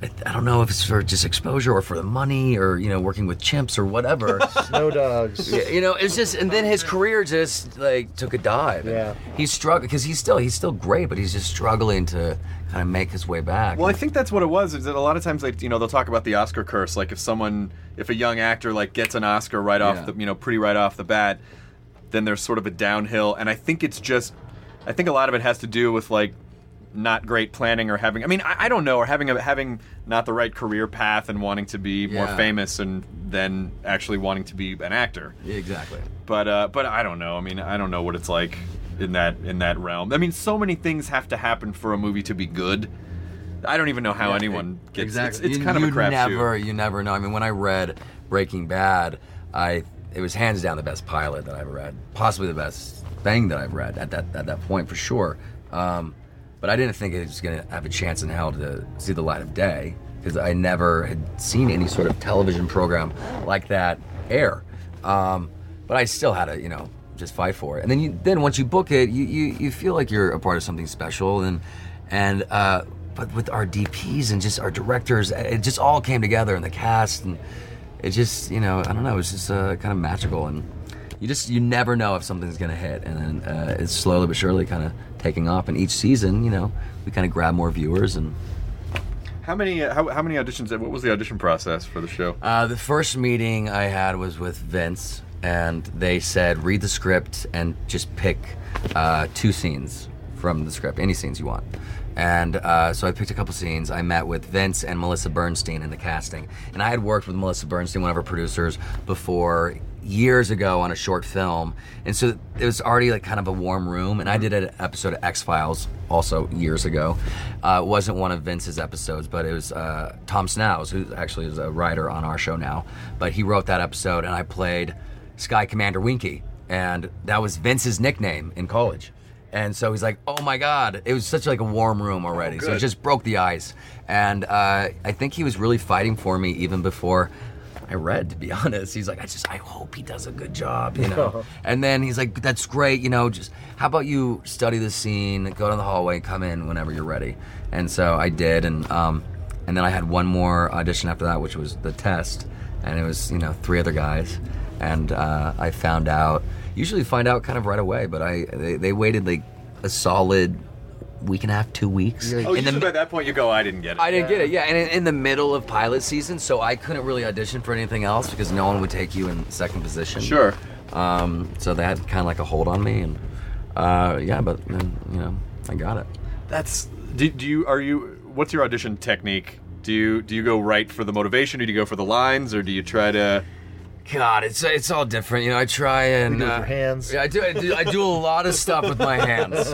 S3: I, I don't know if it's for just exposure or for the money or you know working with chimps or whatever.
S4: No dogs.
S3: Yeah, you know, it's just, and then his career just like took a dive.
S4: Yeah.
S3: he struggled because he's still he's still great, but he's just struggling to kind of make his way back.
S1: Well, I think that's what it was. Is that a lot of times they, you know, they'll talk about the Oscar curse. Like if someone, if a young actor like gets an Oscar right off
S3: Yeah.
S1: the, you know, pretty right off the bat, then there's sort of a downhill. And I think it's just, I think a lot of it has to do with like not great planning or having. I mean, I, I don't know, or having a, having not the right career path and wanting to be more
S3: Yeah.
S1: famous and then actually wanting to be an actor
S3: Yeah, exactly.
S1: but uh, but I don't know. I mean, I don't know what it's like in that in that realm. I mean, so many things have to happen for a movie to be good. I don't even know how anyone gets.
S3: e- exactly.
S1: It's, it's
S3: You-
S1: kind
S3: you
S1: of a crapshoot.
S3: Never, you never know. I mean, when I read Breaking Bad, I it was hands down the best pilot that I've read, possibly the best thing that I've read at that at that point for sure. Um, but I didn't think it was going to have a chance in hell to see the light of day because I never had seen any sort of television program like that air. Um, but I still had to, you know, just fight for it. And then you then once you book it, you you, you feel like you're a part of something special and and uh, but with our DPs and just our directors, it just all came together and the cast and it just you know I don't know it was just uh, kind of magical and you just you never know if something's gonna hit and then uh, it's slowly but surely kind of taking off and each season you know we kind of grab more viewers and
S1: How many uh, how, how many auditions? What was the audition process for the show?
S3: Uh, the first meeting I had was with Vince, and they said read the script and just pick uh, two scenes from the script, any scenes you want. And uh, so I picked a couple scenes. I met with Vince and Melissa Bernstein in the casting, and I had worked with Melissa Bernstein, one of our producers, before years ago on a short film, and so it was already like kind of a warm room. And I did an episode of X Files also years ago. Uh, it wasn't one of Vince's episodes, but it was uh, Tom Snows, who actually is a writer on our show now. But he wrote that episode, and I played Sky Commander Winky, and that was Vince's nickname in college. And so he's like, "Oh my God!" It was such like a warm room already, so it just broke the ice. And uh, I think he was really fighting for me even before I read, to be honest. He's like, I just, I hope he does a good job, you know. and then he's like, that's great, you know. Just how about you study the scene, go down the hallway, come in whenever you're ready. And so I did, and um, and then I had one more audition after that, which was the test, and it was you know three other guys, and uh, I found out. Usually find out kind of right away, but I they, they waited like a solid week and a half, two weeks.
S1: Oh,
S3: in the
S1: usually by that point you go, I didn't get it.
S3: I didn't get it. Yeah, and in, in the middle of pilot season, so I couldn't really audition for anything else because no one would take you in second position.
S1: Sure.
S3: Um, so they had kind of like a hold on me, and uh, yeah, but then you know I got it.
S1: That's. Do, do you are you? What's your audition technique? Do you do you go right for the motivation? Or do you go for the lines, or do you try to?
S3: God, it's it's all different. You know, I try and
S4: do it with your hands.
S3: Yeah, I do, I do. I do a lot of stuff with my hands.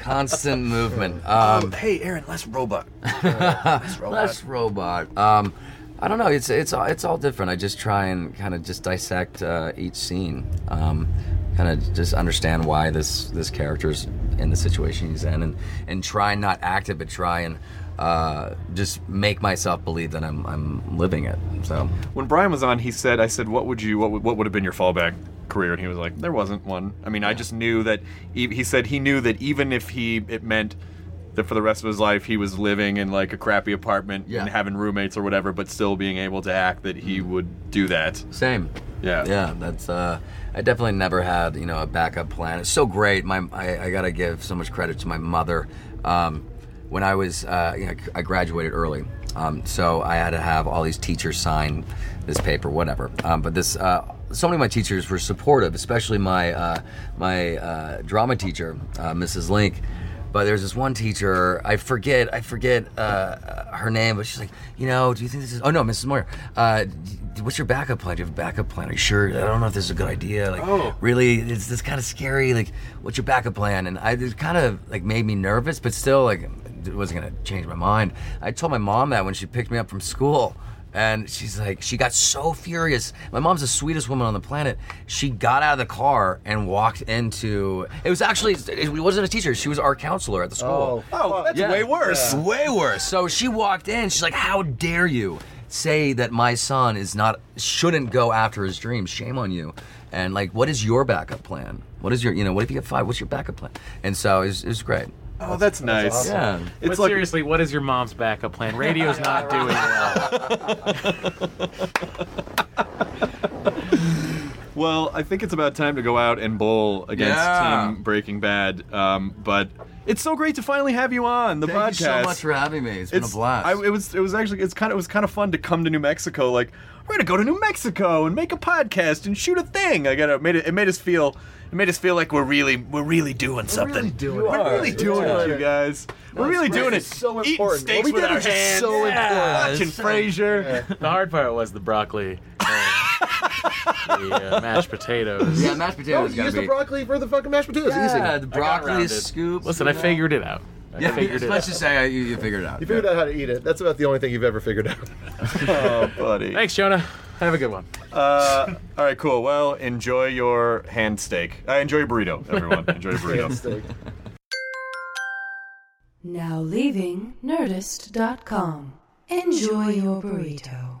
S3: Constant movement. Um,
S1: Hey, Aaron, less robot.
S3: Less robot. Um, I don't know. It's it's all it's all different. I just try and kind of just dissect uh, each scene, um, kind of just understand why this this character's in the situation he's in, and and try and not act it, but try and uh, just make myself believe that I'm I'm living it. So
S1: When Brian was on, he said, "I said, what would you? What would, what would have been your fallback career?" And he was like, "There wasn't one. I mean, I just knew that." e, He, he said he knew that even if he it meant that for the rest of his life he was living in like a crappy apartment
S3: Yeah. Mm.
S1: and having roommates or whatever, but still being able to act, that he would do that.
S3: same.
S1: Yeah.
S3: yeah. That's uh, I definitely never had you know a backup plan. It's so great. My I, I gotta give so much credit to my mother. Um, when I was uh, you know I graduated early, um, so I had to have all these teachers sign this paper, whatever. Um, but this uh, so many of my teachers were supportive, especially my uh, my uh, drama teacher, uh, Mrs. Link. But there's this one teacher, I forget, I forget uh, uh, her name, but she's like, you know, do you think this is? Oh no, Mrs. Moyer. Uh, d- d- what's your backup plan? Do you have a backup plan? Are you sure? I don't know if this is a good idea. Like, really, it's this kind of scary. Like, what's your backup plan? And I it kind of like made me nervous, but still like it wasn't gonna change my mind. I told my mom that when she picked me up from school. And she's like, she got so furious. My mom's the sweetest woman on the planet. She got out of the car and walked into. It was actually, it wasn't a teacher. She was our counselor at the school.
S1: Oh, that's
S3: Yeah.
S1: way worse.
S3: Way worse. So she walked in. She's like, "How dare you say that my son is not shouldn't go after his dreams? Shame on you!" And like, what is your backup plan? What is your you know what if you get five? What's your backup plan? And so it was, it was great.
S1: Oh, that's nice.
S3: Yeah.
S2: but seriously, what is your mom's backup plan? Radio's not doing well.
S1: Well, I think it's about time to go out and bowl against
S3: Yeah.
S1: Team Breaking Bad. Um, but it's so great to finally have you on the
S3: Thank
S1: podcast.
S3: you so much for having me. It's been
S1: it's,
S3: a blast.
S1: I, it was it was actually it's kind of it was kind of fun to come to New Mexico. Like we're gonna go to New Mexico and make a podcast and shoot a thing. I gotta made it it made us feel it made us feel like we're really we're really doing something.
S4: doing
S1: we're
S4: it.
S1: really
S4: You
S1: doing
S4: are.
S1: it, you guys. we're really
S4: great.
S1: doing it.
S4: This is so
S1: Eating
S4: important.
S1: steaks
S4: What we
S1: with
S4: did
S1: our
S4: was just
S1: hands.
S4: so
S1: yeah.
S4: important.
S1: Watching Frasier.
S2: The hard part was the broccoli, and the uh, mashed potatoes.
S3: yeah, mashed
S4: Oh,
S3: potatoes
S4: you
S3: gotta
S4: use the
S3: be.
S4: broccoli for the fucking mashed potatoes. Easy.
S3: yeah, the
S2: I got
S3: broccoli
S2: around it.
S3: scoop.
S2: Listen, I figured it out. I
S3: Yeah,
S2: figured it
S3: let's
S2: out.
S3: just say I, you, you figured it out.
S4: You figured out how to eat it. That's about the only thing you've ever figured out.
S1: oh, buddy.
S2: Thanks, Jonah. Have a good one.
S1: Uh, all right, cool. Well, enjoy your hand steak. Uh, enjoy your burrito, everyone. Enjoy your burrito.
S4: Steak.
S7: Now leaving Nerdist.com. Enjoy your burrito.